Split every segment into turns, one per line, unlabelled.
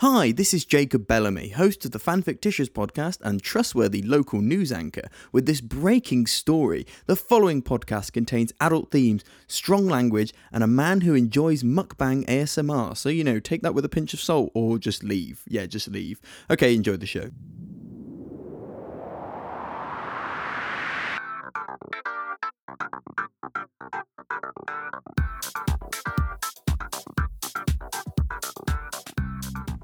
Hi, this is Jacob Bellamy, host of the Fanfictitious podcast and trustworthy local news anchor, with this breaking story. The following podcast contains adult themes, strong language, and a man who enjoys mukbang ASMR. So, you know, take that with a pinch of salt or just leave. Yeah, just leave. Okay, enjoy the show.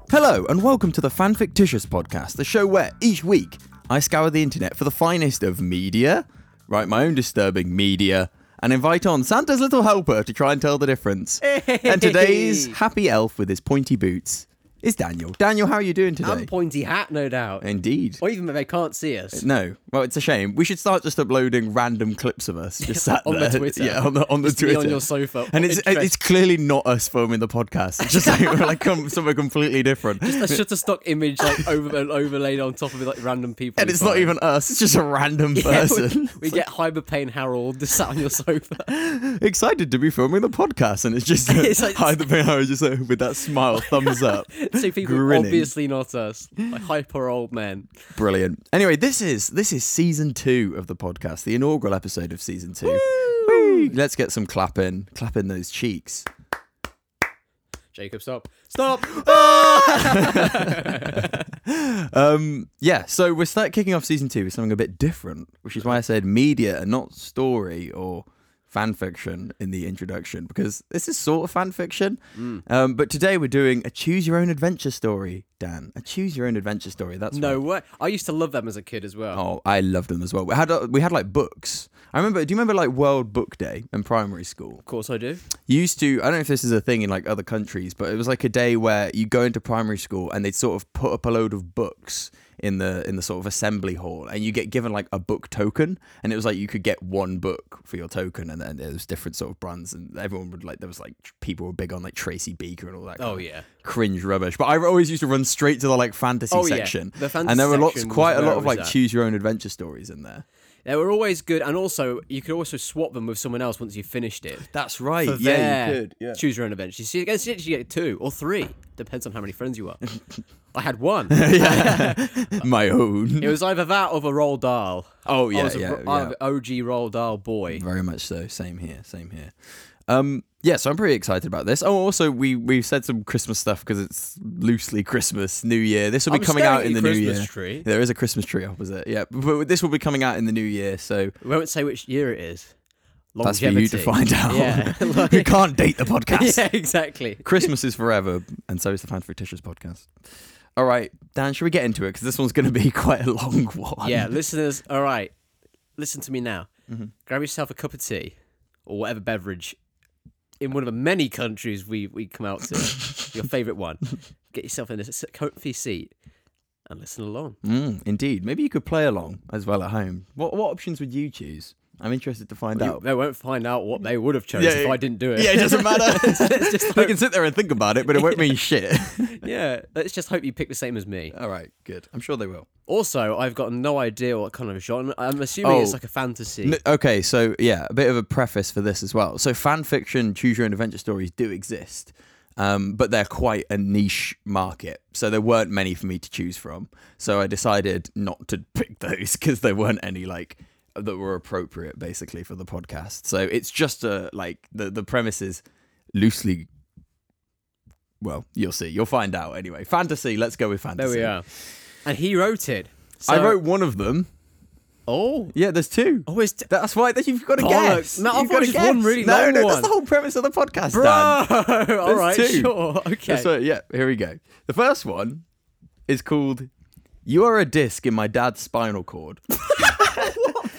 Hello, and welcome to the Fanfictitious podcast, the show where each week I scour the internet for the finest of media, write my own disturbing media, and invite on Santa's little helper to try and tell the difference. And today's happy elf with his pointy boots is Daniel. Daniel, how are you doing today?
And pointy hat, no doubt.
Indeed.
Or even if they can't see us.
No, well, it's a shame. We should start just uploading random clips of us just sat
On the
there.
Twitter.
yeah, on the on the
Just be
Twitter,
on your sofa.
and it's
Interest-
it's clearly not us filming the podcast. It's just like we're like com- somewhere completely different.
A shutterstock image like over and overlaid on top of it, like random people.
and
we
it's not
find.
even us. It's just a random
Yeah,
person.
we, we get Hyperpain Harold just sat on your sofa.
Excited to be filming the podcast, and it's just
It's like-
hi the thing. I was just like, with that smile, thumbs up,
Two people
Grinning.
obviously not us. Like hyper old men.
brilliant. Anyway, this is this is season two of the podcast, the inaugural episode of season two. Whee! Let's get some clapping, clapping those cheeks.
Jacob, stop. Stop!
Um, yeah, so we're start kicking off season two with something a bit different, which is why I said media and not story or fan fiction in the introduction, because this is sort of fan fiction. Um, but today we're doing a choose your own adventure story, Dan. A choose your own adventure story. That's
no
what-
way. I used to love them as a kid as well.
Oh, I loved them as well. We had uh, we had like books. I remember. Do you remember like World Book Day in primary school?
Of course I do.
You used to i don't know if this is a thing in like other countries but it was like a day where you go into primary school and they'd sort of put up a load of books in the in the sort of assembly hall and you get given like a book token and it was like you could get one book for your token and then there was different sort of brands and everyone would like there was like tr- people were big on like tracy beaker and all that kind
Oh,
of
yeah.
cringe rubbish but i always used to run straight to the like fantasy
Oh, yeah.
section
The
and there
fantasy
were lots
section was
quite a
where
lot
I
of
was
like
at.
choose your own adventure stories in there
They were always good. And also, you could also swap them with someone else once you finished it.
that's right
for
yeah
their choose your own adventure. You see, you get you get two or three, depends on how many friends you are. I had one. It
my own
was either that or the Roald Dahl.
oh
I
yeah
was a,
yeah,
Ro-
yeah.
I'm an OG Roald Dahl boy.
Very much so. Same here. Same here. Um, yeah, so I'm pretty excited about this. Oh, also we we've said some Christmas stuff because it's loosely Christmas, New Year. This will be
I'm
coming
staring
out
at
in the
your
New
Christmas
Year.
tree.
There is a Christmas tree opposite. Yeah, but this will be coming out in the New Year, so
We won't say which year it is.
that's for you to
Longevity.
find out.
Yeah,
you can't date the podcast.
yeah, exactly.
Christmas is forever, and so is the Fan Fictitious podcast. All right, Dan, should we get into it? Because this one's going to be quite a long one.
Yeah, listeners, all right, listen to me now.
Mm-hmm.
Grab yourself a cup of tea or whatever beverage in one of the many countries we, we come out to, your favourite one. Get yourself in a s- comfy seat and listen along.
Mm, indeed. Maybe you could play along as well at home. What what options would you choose? I'm interested to find out.
They won't find out what they would have chosen
Yeah,
if I didn't do it.
Yeah, it doesn't matter.
let's just
they
hope,
can sit there and think about it, but it won't mean shit.
yeah, let's just hope you pick the same as me.
All right, good. I'm sure they will.
Also, I've got no idea what kind of genre. I'm assuming
Oh.
it's like a fantasy.
okay, so yeah, a bit of a preface for this as well. So fan fiction, choose your own adventure stories do exist, um, but they're quite a niche market. So there weren't many for me to choose from. So I decided not to pick those because there weren't any like that were appropriate basically for the podcast. So it's just a like the the premise is loosely. Well, you'll see. You'll find out anyway. Fantasy. Let's go with
there
fantasy.
we are. And he wrote it.
I
So-
wrote one of them.
Oh,
Yeah, there's two.
oh, it's.
That's why that you've got to guess.
Bollocks. No, I
You've
thought
got
it was just one really
no,
long
no, that's
one.
the whole premise of the podcast,
Bro,
Dan.
all right,
two.
sure, okay.
So yeah, here we go. The first one is called "You Are a Disc in My Dad's Spinal Cord."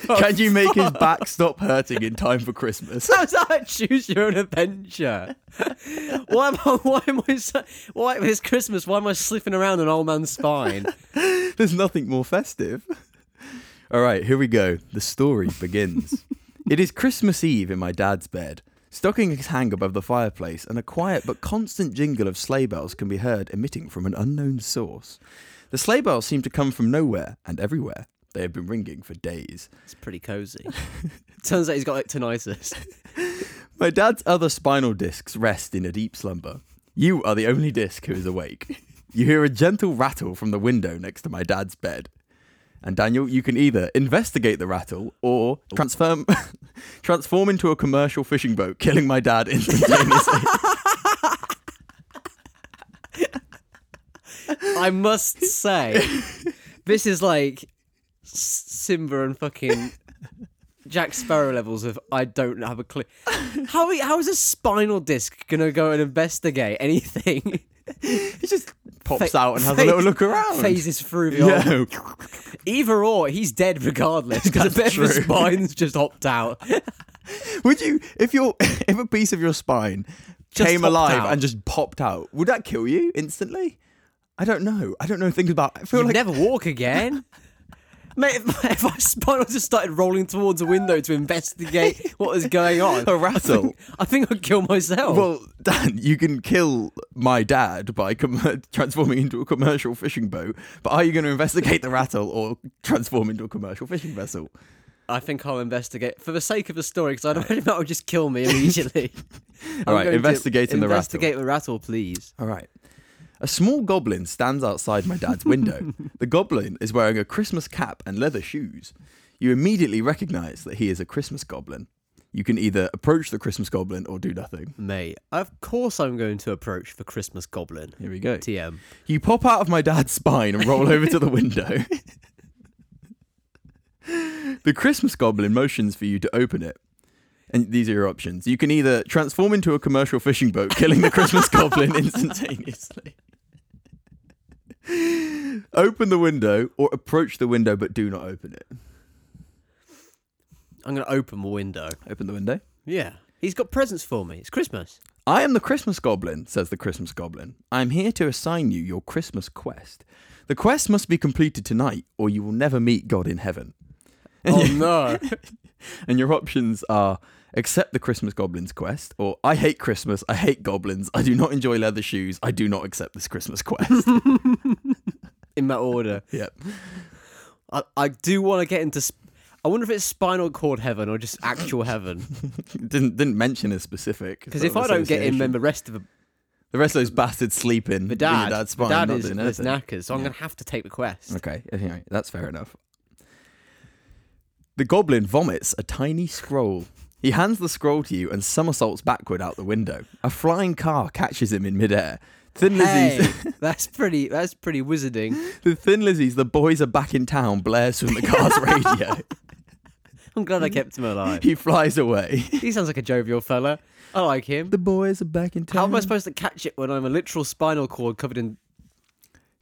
Can you make his back stop hurting in time for Christmas?
How does that choose your own adventure? why am I? Why am I? So, why it's Christmas? Why am I slipping around an old man's spine?
There's nothing more festive. All right, here we go. The story begins. it is Christmas Eve in my dad's bed. Stockings hang above the fireplace, and a quiet but constant jingle of sleigh bells can be heard emitting from an unknown source. The sleigh bells seem to come from nowhere and everywhere. They have been ringing for days.
It's pretty cozy. Turns out he's got like tinnitus.
My dad's other spinal discs rest in a deep slumber. You are the only disc who is awake. You hear a gentle rattle from the window next to my dad's bed. And Daniel, you can either investigate the rattle or transform transform into a commercial fishing boat, killing my dad instantaneously.
I must say, this is like S- Simba and fucking Jack Sparrow levels of I don't have a clue. How how is a spinal disc gonna go and investigate anything?
he just pops
Fa-
out and has a little look around.
Phases through the whole-
Yeah.
Either or, he's dead regardless because a bit
That's
of
true.
his spine's just hopped out.
Would you if your if a piece of your spine
Just
came
popped
alive
out.
and just popped out, would that kill you instantly? I don't know. I don't know things about. I feel
You'd
like
never walk again. Mate, if my, if my spinal just started rolling towards a window to investigate what was going on,
a rattle.
I think I'd kill myself.
Well, Dan, you can kill my dad by com- transforming into a commercial fishing boat, but are you going to investigate the rattle or transform into a commercial fishing vessel?
I think I'll investigate for the sake of the story because I don't know that would just kill me immediately. I'm
All right,
going to
investigating the rattle.
Investigate the rattle, please.
All right. A small goblin stands outside my dad's window. the goblin is wearing a Christmas cap and leather shoes. You immediately recognize that he is a Christmas goblin. You can either approach the Christmas goblin or do nothing.
Mate, of course I'm going to approach the Christmas goblin.
Here we go.
TM.
You pop out of my dad's spine and roll over to the window. the Christmas goblin motions for you to open it. And these are your options. You can either transform into a commercial fishing boat, killing the Christmas goblin instantaneously. open the window or approach the window but do not open it.
I'm going to open the window.
Open the window.
Yeah. He's got presents for me. It's Christmas.
I am the Christmas Goblin, says the Christmas Goblin. I am here to assign you your Christmas quest. The quest must be completed tonight, or you will never meet God in heaven.
Oh, no.
And your options are accept the Christmas Goblins quest, or I hate Christmas, I hate goblins, I do not enjoy leather shoes, I do not accept this Christmas quest.
In that order.
yep.
I, I do want to get into. Sp- I wonder if it's spinal cord heaven or just actual heaven.
Didn't didn't mention a specific.
Because if I don't get in, then the rest of the,
the rest of those bastards sleeping.
the dad,
in your dad's
the
spine,
dad
not
is,
doing
is
anything.
knackered, so I'm going to have to take the quest.
Okay, anyway, that's fair enough. The goblin vomits a tiny scroll. He hands the scroll to you and somersaults backward out the window. A flying car catches him in midair. Thin Lizzy's
Hey, that's pretty. That's pretty wizarding.
the Thin Lizzy's the boys are back in town blares from the car's radio.
I'm glad I kept him alive.
He flies away.
He sounds like a jovial fella. I like him. Um,
The boys are back in town.
How am I supposed to catch it when I'm a literal spinal cord covered in?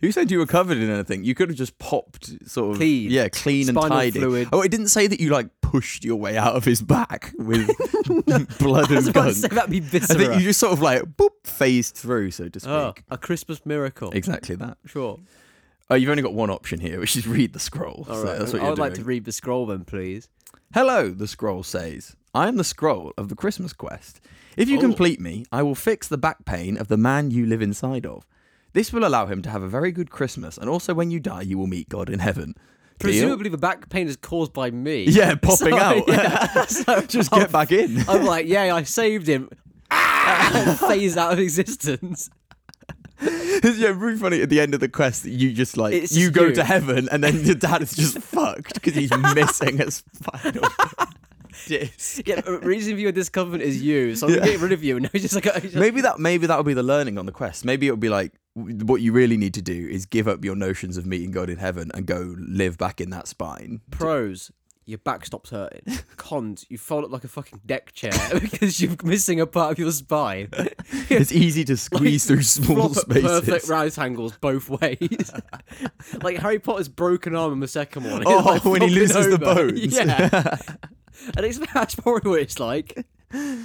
Who said you were covered in anything? You could have just popped sort of
Clean.
Yeah, clean and
Spinal
tidy.
fluid.
Oh, it didn't say that you like pushed your way out of his back with blood
I was
and
about to
guts.
say that'd be
I think
viscera.
you just sort of like boop phased through, so to speak.
Oh, a Christmas miracle.
Exactly that.
Sure.
Oh, you've only got one option here, which is read the scroll.
All
So
right.
that's what
I
you're
would like to
doing.
read the scroll then, please.
Hello, the scroll says. I am the scroll of the Christmas quest. If you
Oh.
complete me, I will fix the back pain of the man you live inside of. This will allow him to have a very good Christmas, and also when you die, you will meet God in heaven. Deal?
Presumably, the back pain is caused by me.
Yeah, popping
So,
out.
yeah. So
Just get back in.
I'm like, yeah, I saved him. Ah! Phased out of existence.
It's yeah, really funny at the end of the quest that you just like
It's
you
just
go
you.
to heaven and then your dad is just fucked because he's missing a spinal disc.
Yeah, the reason for your discomfort is you, so I'm
Yeah.
gonna get rid of you. And now he's just like, he's just-
Maybe that maybe that'll be the learning on the quest. Maybe it'll be like w- what you really need to do is give up your notions of meeting God in heaven and go live back in that spine.
Pros, your back stops hurting. Cons, you fold up like a fucking deck chair because you're missing a part of your spine.
It's easy to squeeze through small
Flop at Perfect
spaces.
right angles both ways. like Harry Potter's broken arm in the second one.
Oh,
Like,
when he
flopping
loses the
over.
bones.
Yeah. and it's that's probably what it's like.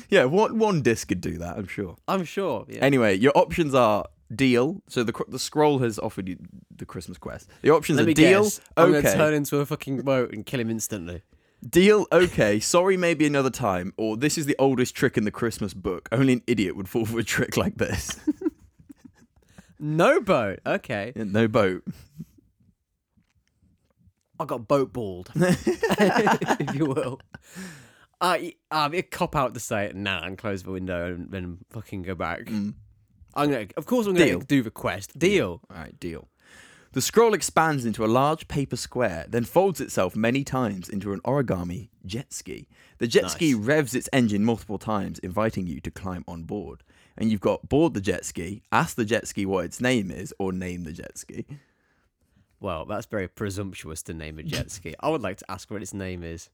yeah, one one disc could do that, I'm sure.
I'm sure. Yeah.
Anyway, your options are deal. So the cr- the scroll has offered you the Christmas quest. The options
Let
are
me
deal.
guess. I'm
okay.
gonna turn into a fucking boat and kill him instantly.
Deal, okay, sorry, maybe another time, or this is the oldest trick in the Christmas book. Only an idiot would fall for a trick like this.
No boat. Okay.
no boat.
I got boat balled, if you will. um, Uh, y- uh, it'd be a cop out to say it now and close the window and then fucking go back. I'm gonna, of course, I'm gonna
Deal.
do the quest. Deal.
All right, deal. The scroll expands into a large paper square, then folds itself many times into an origami jet ski. The jet ski revs its engine multiple times, inviting you to climb on board. And you've got board the jet ski, ask the jet ski what its name is, or name the jet ski.
Well, that's very presumptuous to name a jet ski. I would like to ask what its name is.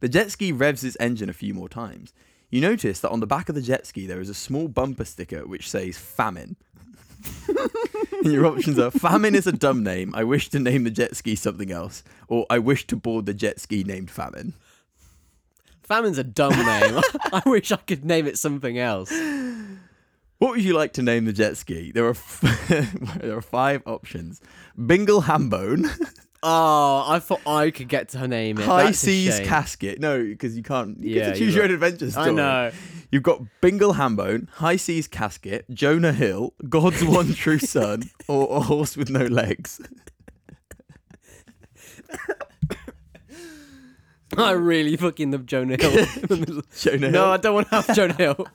The jet ski revs its engine a few more times. You notice that on the back of the jet ski there is a small bumper sticker which says famine. And your options are famine is a dumb name. I wish to name the jet ski something else, or I wish to board the jet ski named famine.
Famine's a dumb name. I wish I could name it something else.
What would you like to name the jet ski? There are f- there are five options: Bingle Hambone,
Oh, I thought I could get to her name. It.
High
That's a
Seas
shame.
Casket. No, because you can't. You
Yeah,
get to choose
you're
your own adventure story.
I know.
You've got Bingle Hambone, High Seas Casket, Jonah Hill, God's One True Son, or A Horse with No Legs.
I really fucking love Jonah Hill.
Jonah
no, I
Hill,
don't want to have Jonah Hill.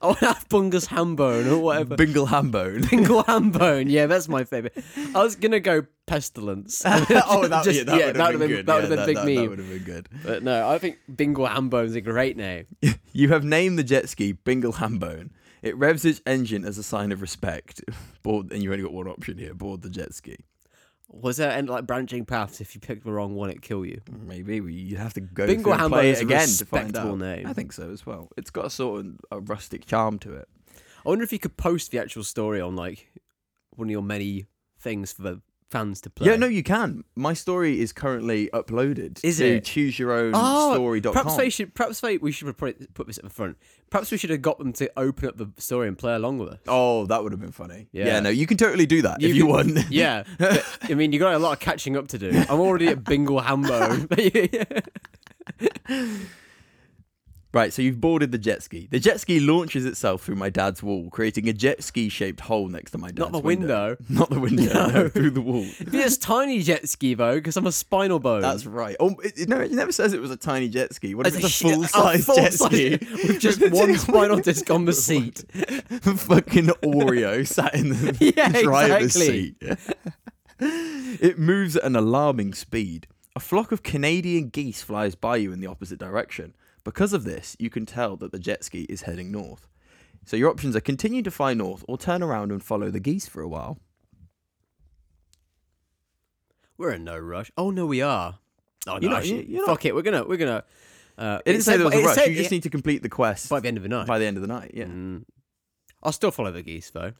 I want to have Bungus Hambone or whatever.
Bingle Hambone.
Bingle Hambone. Yeah, that's my favourite. I was going to go Pestilence.
oh, that,
Just-
yeah, that
yeah,
would
that
have
would've
been good.
That
Yeah,
would
that-
have been big
that
meme.
would have been good.
But no, I think Bingle Hambone's a great name.
You have named the jet ski Bingle Hambone. It revs its engine as a sign of respect. Board, and you only got one option here: board the jet ski.
Was there any like branching paths? If you picked the wrong one, it'd kill you.
Maybe we- you'd have to go
Bingo
through and
Hambo
play
is
it
a
again to find
respectable
out.
name.
I think so as well. It's got a sort of a rustic charm to it.
I wonder if you could post the actual story on like one of your many things for the fans to play.
Yeah, no, you can. My story is currently uploaded
Is
to
it? Oh,
chooseyourownstory.com.
Ah, Perhaps they should. Perhaps they, we should put put this at the front. Perhaps we should have got them to open up the story and play along with us.
Oh, that would have been funny. Yeah.
Yeah.
no, you can totally do that if you
could-
want.
Yeah, but, I mean, you got a lot of catching up to do. I'm already at Bingle Hambo.
Right, so you've boarded the jet ski. The jet ski launches itself through my dad's wall, creating a jet ski shaped hole next to my dad's
Not the window.
Not the window, no, through the wall.
It's tiny jet ski though, because I'm a spinal bone.
That's right. Oh, it, it- no, it never says it was a tiny jet ski. What if
It's
it's a
a shi-
full size
full
jet
size-
ski
with just one spinal disc on the seat.
Fucking Oreo sat in the
Yeah,
driver's
exactly.
seat. it moves at an alarming speed. A flock of Canadian geese flies by you in the opposite direction. Because of this, you can tell that the jet ski is heading north. So your options are continue to fly north or turn around and follow the geese for a while.
We're in no rush. Oh no, we are. Oh no,
You're not-
actually,
you're not-
fuck it. We're gonna we're gonna. Uh,
It didn't say there was a
it
rush.
said
You just
it-
need to complete the quest
by the end of the night.
by the end of the night. Yeah.
Mm. I'll still follow the geese though.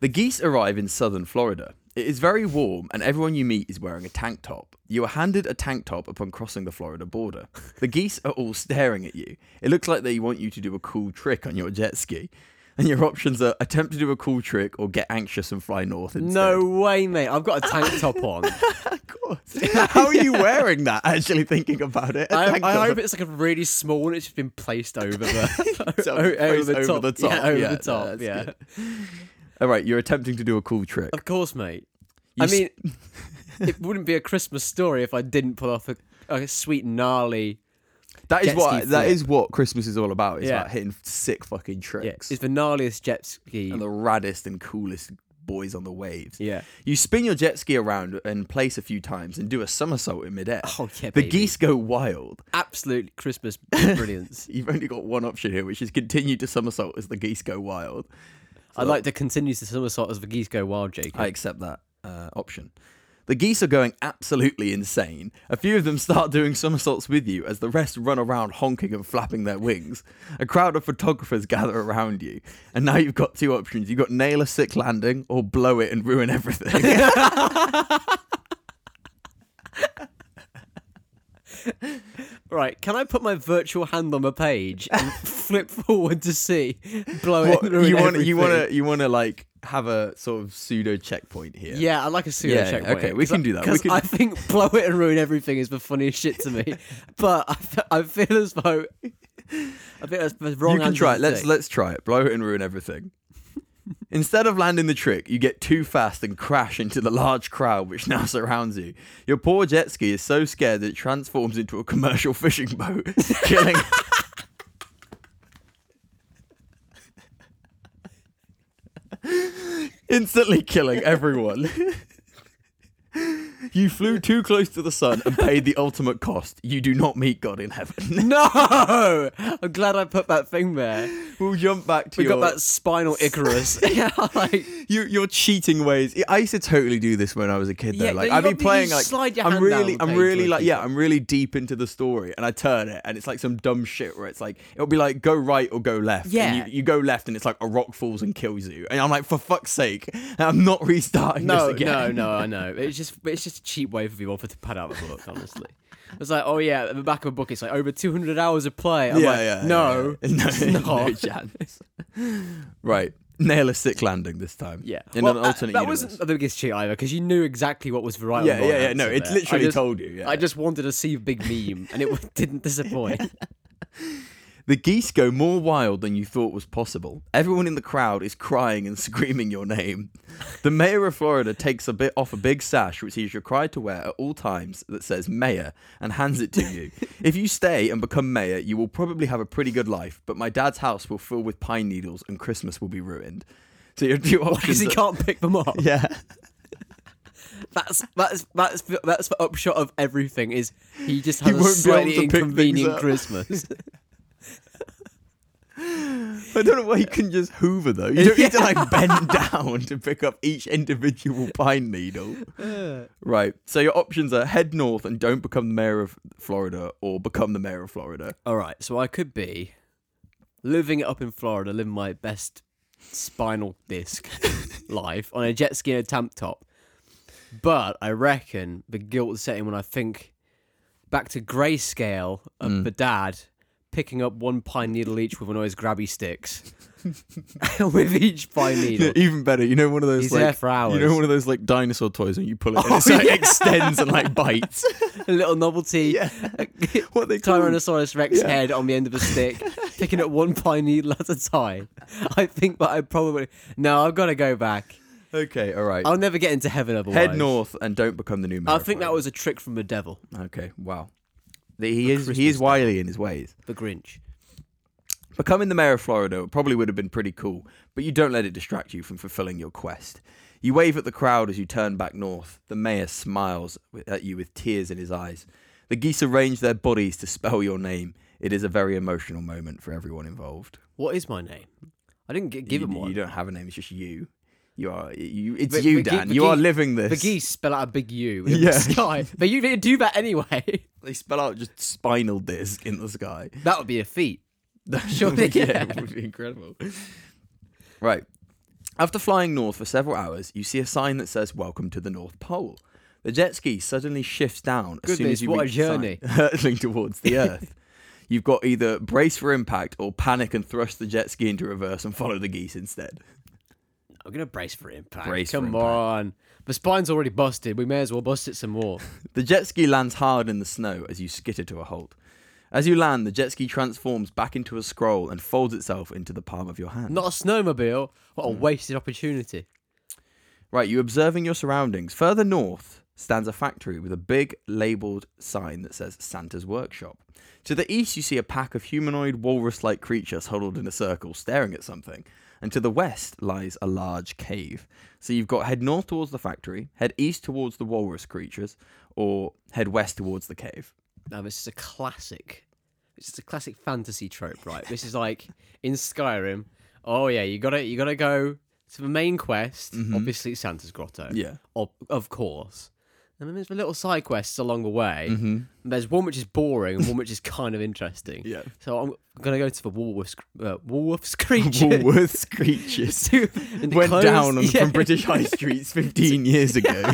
The geese arrive in southern Florida. It is very warm, and everyone you meet is wearing a tank top. You are handed a tank top upon crossing the Florida border. The geese are all staring at you. It looks like they want you to do a cool trick on your jet ski. And your options are attempt to do a cool trick or get anxious and fly north instead.
No way, mate. I've got a tank top on.
of course. How are you wearing that, actually, thinking about it? A
I,
tank
I
top
hope it's like a really small one. It's just been placed over the,
So
o- over,
placed
the
over
top.
the top.
Yeah, over
Yeah,
the
no,
top.
that's
Yeah.
good. All right, you're attempting to do a cool trick.
Of course, mate.
You
I
s-
mean, it wouldn't be a Christmas story if I didn't pull off a, a sweet gnarly.
That is
jet
what
ski
that
flip.
is what Christmas is all about. It's
Yeah.
about hitting sick fucking tricks.
Yeah, it's the gnarliest jet ski.
and the raddest and coolest boys on the waves.
Yeah.
You spin your jet ski around and place a few times and do a somersault in midair.
Oh, yeah,
the
baby.
geese go wild.
Absolute Christmas brilliance.
You've only got one option here, which is continue to somersault as the geese go wild.
I'd like to continue to somersault as the geese go wild, Jacob.
I accept that uh, option. The geese are going absolutely insane. A few of them start doing somersaults with you as the rest run around honking and flapping their wings. A crowd of photographers gather around you. And now you've got two options. You've got nail a sick landing or blow it and ruin everything.
Right, can I put my virtual hand on the page and flip forward to see? Blow it
What,
through
you want you want
everything?
to you want to like have a sort of pseudo checkpoint here.
Yeah, I like a pseudo
Yeah, yeah,
checkpoint.
okay, we
'cause
can
I-
do that, we
'cause
can-
I think blow it and ruin everything is the funniest shit to me. but I, fe- I feel as though I think that's the wrong.
you can
answer
try
to
it. Let's
take.
let's try it. Blow it and ruin everything. Instead of landing the trick, you get too fast and crash into the large crowd which now surrounds you. Your poor jet ski is so scared that it transforms into a commercial fishing boat, killing instantly killing everyone. you flew too close to the sun and paid the ultimate cost. You do not meet God in heaven.
No, I'm glad I put that thing there.
We'll jump back to
We
your,
got that spinal Icarus. yeah, like
your your cheating ways. I- I used to totally do this when I was a kid. Though,
Yeah,
like
you
I'd be
got- you
playing like
slide your
I'm
hand
really,
down the
I'm
page
really
with
like yeah, I'm really deep into the story, and I turn it, and it's like some dumb shit where it's like it'll be like go right or go left.
Yeah.
and you, you go left, and it's like a rock falls and kills you, and I'm like for fuck's sake, I'm not restarting
no,
this again.
no, no. I know. It's just it's just a cheap way for people to pad out the book. Honestly, it's like oh yeah, at the back of a book, it's like over 200 hours of play. I'm
yeah,
like,
yeah,
no,
yeah, yeah.
it's
no,
not.
no chance. right, nail a sick landing this time.
Yeah,
in
Well,
an
that-
alternate
That
universe.
wasn't the biggest cheat either, because you knew exactly what was right.
yeah,
and wrong
yeah, yeah. No,
answer
it's
there.
literally
I just,
told you. Yeah.
I just wanted to see a big meme, and it didn't disappoint.
The geese go more wild than you thought was possible. Everyone in the crowd is crying and screaming your name. The mayor of Florida takes a bit off a big sash which he is required to wear at all times that says mayor and hands it to you. if you stay and become mayor, you will probably have a pretty good life, but my dad's house will fill with pine needles and Christmas will be ruined. So your two
because
options
he
are-
can't pick them up.
Yeah.
That's that's that's that's the upshot of everything. Is he just has a
won't be able
slightly
to pick things
inconvenient
up.
Christmas?
I don't know why you can just hoover though. You don't need to like bend down to pick up each individual pine needle. Right. So your options are head north and don't become the mayor of Florida or become the mayor of Florida.
All right, so I could be living up in Florida, living my best spinal disc life on a jet ski and a tank top. But I reckon the guilt is setting when I think back to grayscale of the dad picking up one pine needle each with one of his grabby sticks. with each pine needle.
Even better, you know one of those
He's
like
there for hours.
you know one of those like dinosaur toys when you pull it and
Oh,
it like,
yeah.
extends and like bites.
a little novelty.
what are they called?
Tyrannosaurus Rex head on the end of a stick, picking up one pine needle at a time. I think that I probably no. I've got to go back.
Okay, all right.
I'll never get into heaven otherwise.
head north and don't become the new mayor.
I
of
think that
Florida.
was a trick from the devil,
Okay, wow. He is he is wily in his ways.
the Grinch.
Becoming the mayor of Florida probably would have been pretty cool, but you don't let it distract you from fulfilling your quest. You wave at the crowd as you turn back north. The mayor smiles wi- at you with tears in his eyes. The geese arrange their bodies to spell your name. It is a very emotional moment for everyone involved.
What is my name? I didn't get given
you,
one.
you don't have a name; it's just you. You are you. It's
The-
you,
the ge-
Dan.
the
you are
ge-
living
The
this.
geese spell out a big U in
Yeah.
the sky, but you didn't do that anyway.
They spell out just spinal disc in the sky.
That would be a feat.
Sure,
Surely, yeah.
it would be incredible. Right. After flying north for several hours, you see a sign that says "Welcome to the North Pole." The jet ski suddenly shifts down as soon
Goodness,
as you
what a
reach the sign,
journey.
hurtling towards the Earth. You've got either brace for impact or panic and thrust the jet ski into reverse and follow the geese instead.
I'm gonna brace for impact.
Brace for
Come
impact.
on, the spine's already busted. We may as well bust it some more.
The jet ski lands hard in the snow as you skitter to a halt. As you land, the jet ski transforms back into a scroll and folds itself into the palm of your hand.
Not a snowmobile. What
Hmm.
a wasted opportunity.
Right, you observing your surroundings. Further north stands a factory with a big labeled sign that says Santa's Workshop. To the east, you see a pack of humanoid walrus like creatures huddled in a circle staring at something. And to the west lies a large cave. So you've got head north towards the factory, head east towards the walrus creatures, or head west towards the cave.
Now this is a classic. This is a classic fantasy trope, right? This is like in Skyrim. Oh yeah, you gotta you gotta go to the main quest. Obviously it's Santa's Grotto.
Mm-hmm. Yeah.
Of, of course. And then there's the little side quests along the way.
Mm-hmm.
And There's one which is boring and one which is kind of interesting.
Yeah.
So I'm gonna go to the Woolworths, uh, Woolworths creature.
Walrus creatures. Went down on, from British high streets 15 years ago.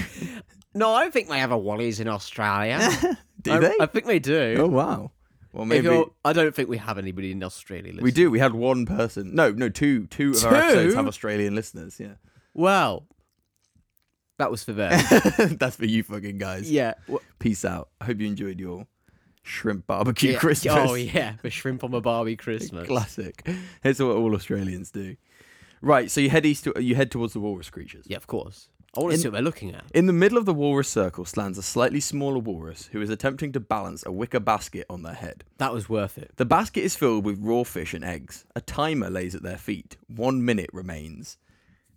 No, I don't think they have a Wally's in Australia.
Do
I,
they?
I think they do.
oh, wow. Well,
If
maybe.
you're- I don't think we have anybody in Australia. Listening.
We do. We had one person. No, no, two. Two of our episodes
Two?
have Australian listeners. Yeah,
Well, that was for them.
that's for you fucking guys.
yeah. wh-
Peace out. I hope you enjoyed your shrimp barbecue
yeah.
Christmas.
Oh yeah, the shrimp on a Barbie Christmas.
classic. It's what all Australians do. Right. So you head east. To, you head towards the walrus creatures.
Yeah, of course. I want to see what they're looking at.
In the middle of the walrus circle stands a slightly smaller walrus who is attempting to balance a wicker basket on their head.
That was worth it.
The basket is filled with raw fish and eggs. A timer lays at their feet. One minute remains.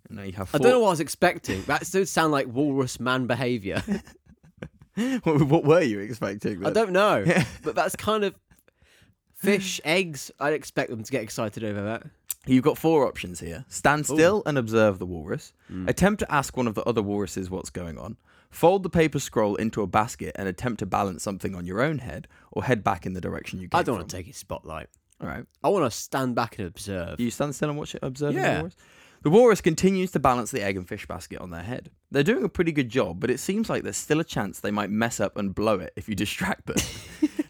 And now you have four.
I don't know what I was expecting. That does sound like walrus man behavior.
what, were you expecting?
I
Then?
don't know, but that's kind of fish eggs. I'd expect them to get excited over that.
You've got four options here stand still and observe the walrus,
Mm.
attempt to ask one of the other walruses what's going on, fold the paper scroll into a basket and attempt to balance something on your own head, or head back in the direction you came
I
from.
don't want to take his spotlight.
All right.
I want to stand back and observe.
You stand still and watch it, observe the
Yeah.
walrus? The walrus continues to balance the egg and fish basket on their head. They're doing a pretty good job, but it seems like there's still a chance they might mess up and blow it if you distract them.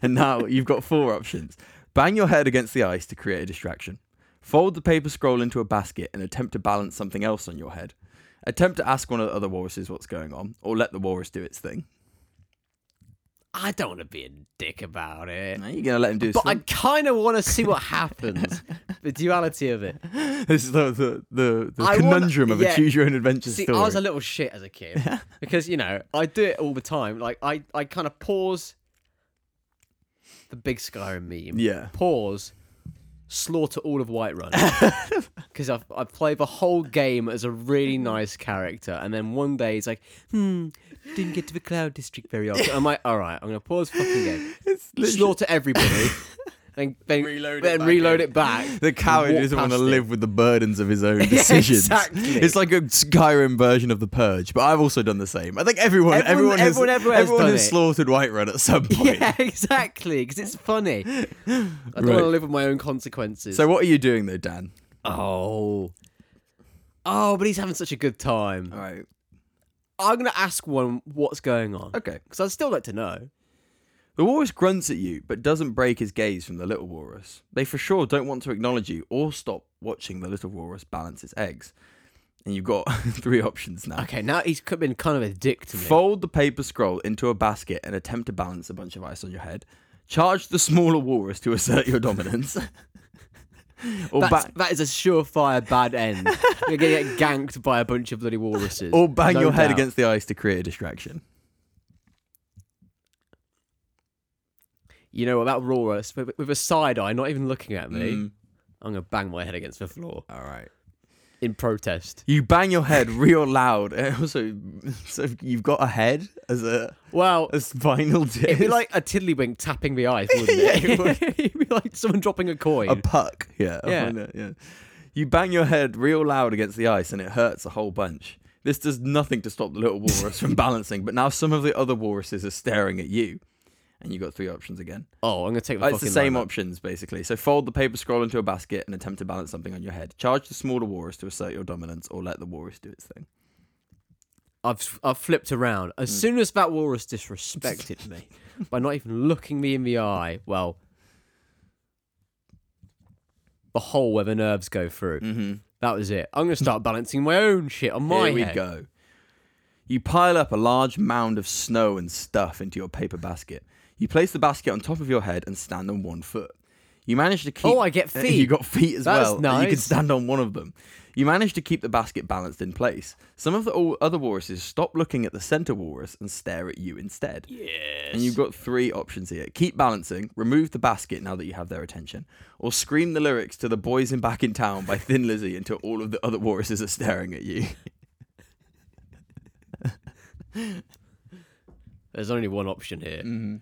and now you've got four options bang your head against the ice to create a distraction, fold the paper scroll into a basket and attempt to balance something else on your head, attempt to ask one of the other walruses what's going on, or let the walrus do its thing.
I don't want to be a dick about it.
Now you're going to let him do his
But I
thing.
kind of want to see what happens. the duality of it.
This is the, the, the, the
I wanna-
conundrum of a
yeah.
choose your own adventure
See,
story.
I was a little shit as a kid because you know I do it all the time. Like I, I kind of pause the big Skyrim meme.
Yeah.
Pause, slaughter all of Whiterun because I've I played the whole game as a really nice character, and then one day it's like, hmm, didn't get to the Cloud District very often. I'm like, all right, I'm gonna pause fucking game, slaughter everybody, and then
Reload it
then
back
reload
in.
it back.
The coward
walk
doesn't want to
past it.
live with the burdens of his own decisions.
exactly.
It's like a Skyrim version of the Purge, but I've also done the same. I think everyone, everyone,
Everyone-
has,
everyone everywhere has
everyone
done
has
it.
slaughtered Whiterun at some point.
Yeah, exactly, because it's funny. I don't
Right.
want to live with my own consequences.
So what are you doing though, Dan?
oh, oh, but he's having such a good time.
All right,
I'm gonna ask one what's going on
okay.
because I'd still like to know.
The walrus grunts at you, but doesn't break his gaze from the little walrus. They for sure don't want to acknowledge you or stop watching the little walrus balance its eggs. And you've got three options now.
Okay, now he's c- been kind of a dick to me.
Fold the paper scroll into a basket and attempt to balance a bunch of ice on your head. Charge the smaller walrus to assert your dominance. or,
That's,
ba-
that is a surefire bad end. You're gonna get ganked by a bunch of bloody walruses.
or bang
no
your head
doubt.
against the ice to create a distraction.
You know what? That walrus with, with a side eye, not even looking at me.
Mm.
I'm gonna bang my head against the floor
All right.
in protest.
You bang your head real loud. and Also, so you've got a head as a
Well,
as final dish.
It'd be like a tiddlywink tapping the ice, wouldn't
Yeah,
it?
it
would. be like someone dropping a coin.
a puck. Yeah. I
Yeah.
find it, yeah. You bang your head real loud against the ice and it hurts a whole bunch. This does nothing to stop the little walrus from balancing, but now some of the other walruses are staring at you. And you got three options again.
oh, I'm gonna take the
Uh,
fucking
It's the same
line.
options, basically. So fold the paper scroll into a basket and attempt to balance something on your head. Charge the smaller walrus to assert your dominance or let the walrus do its thing.
I've I've flipped around. As soon as that walrus disrespected me by not even looking me in the eye, well, the hole where the nerves go through. That was it. I'm gonna start balancing my own shit on my
Here we
head.
go. You pile up a large mound of snow and stuff into your paper basket. You place the basket on top of your head and stand on one foot. You manage to keep.
Oh, I get feet.
You got feet as
That's
well. and You can
nice.
stand on one of them. You manage to keep the basket balanced in place. Some of the o- other walruses stop looking at the center walrus and stare at you instead.
Yes.
And you've got three options here. Keep balancing, remove the basket now that you have their attention, or scream the lyrics to The Boys in Back in Town by Thin Lizzy until all of the other walruses are staring at you.
There's only one option here.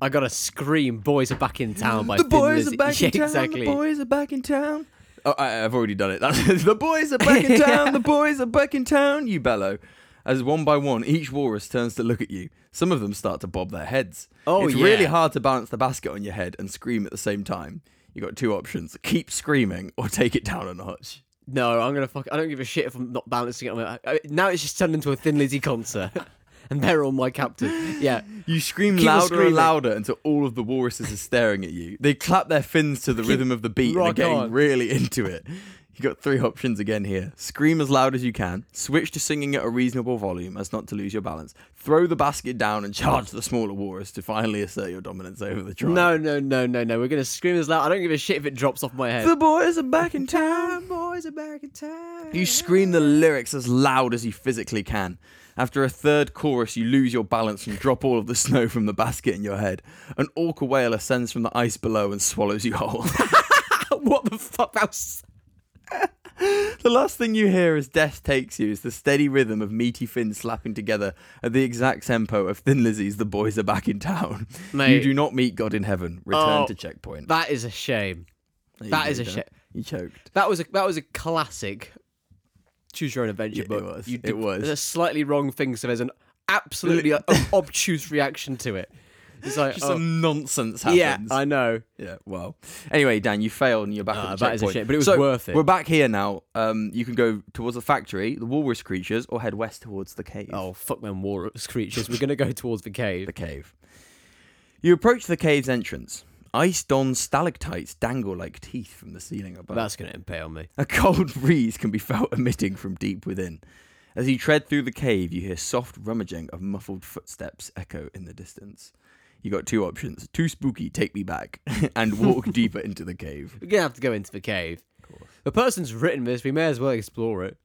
I gotta scream, boys are back in town by
the
Thin
boys are
Lizzy."
back
Yeah,
in town.
Exactly.
The boys are back in town. Oh, I, I've already done it. That's, the boys are back in town. The boys are back in town. You bellow. As one by one, each walrus turns to look at you. Some of them start to bob their heads.
Oh,
it's really
yeah.
hard to balance the basket on your head and scream at the same time. You got two options: keep screaming or take it down a notch.
No, I'm gonna fuck. I don't give a shit if I'm not balancing it. on my- I- Now it's just turned into a Thin Lizzy concert, and they're all my captain. Yeah,
You scream
Keep on
louder and
screaming.
louder until all of the walruses are staring at you. They clap their fins to the rhythm of the beat and are
rock
getting
on.
really into it. You got three options again here. Scream as loud as you can, switch to singing at a reasonable volume as not to lose your balance, throw the basket down and charge the smaller walrus to finally assert your dominance over the tribe.
no, no, no, no, no. We're gonna scream as loud. I don't give a shit if it drops off my head.
The boys are back in town.
Boys are back in town.
You scream the lyrics as loud as you physically can. After a third chorus, you lose your balance and drop all of the snow from the basket in your head. An orca whale ascends from the ice below and swallows you whole.
what the fuck? That was
The last thing you hear as death takes you is the steady rhythm of meaty fins slapping together at the exact tempo of Thin Lizzy's The Boys Are Back in Town. You
Mate.
do not meet God in Heaven. Return
Oh,
to checkpoint.
That is a shame.
There you
that
go,
is a
Dan.
shame.
You choked.
That was a that was a classic choose your own adventure
Yeah, it
book.
was.
You
It was.
There's a slightly wrong thing, so there's an absolutely ob- obtuse reaction to it. It's like
Just
oh,
some nonsense happens.
yeah, I know.
Yeah, well. Anyway, Dan, you failed and you're back
Ah,
at the
that is a
checkpoint.
shame, but it was
So,
worth it.
We're back here now. Um, you can go towards the factory, the walrus creatures, or head west towards the cave.
Oh fuck, them war creatures. We're gonna go towards the cave.
The cave. You approach the cave's entrance. Iced on stalactites dangle like teeth from the ceiling above.
That's gonna impale me.
A cold breeze can be felt emitting from deep within. As you tread through the cave, you hear soft rummaging of muffled footsteps echo in the distance. You got two options: too spooky, take me back, and walk deeper into the cave.
We're gonna have to go into the cave. The person's written this. We may as well explore it.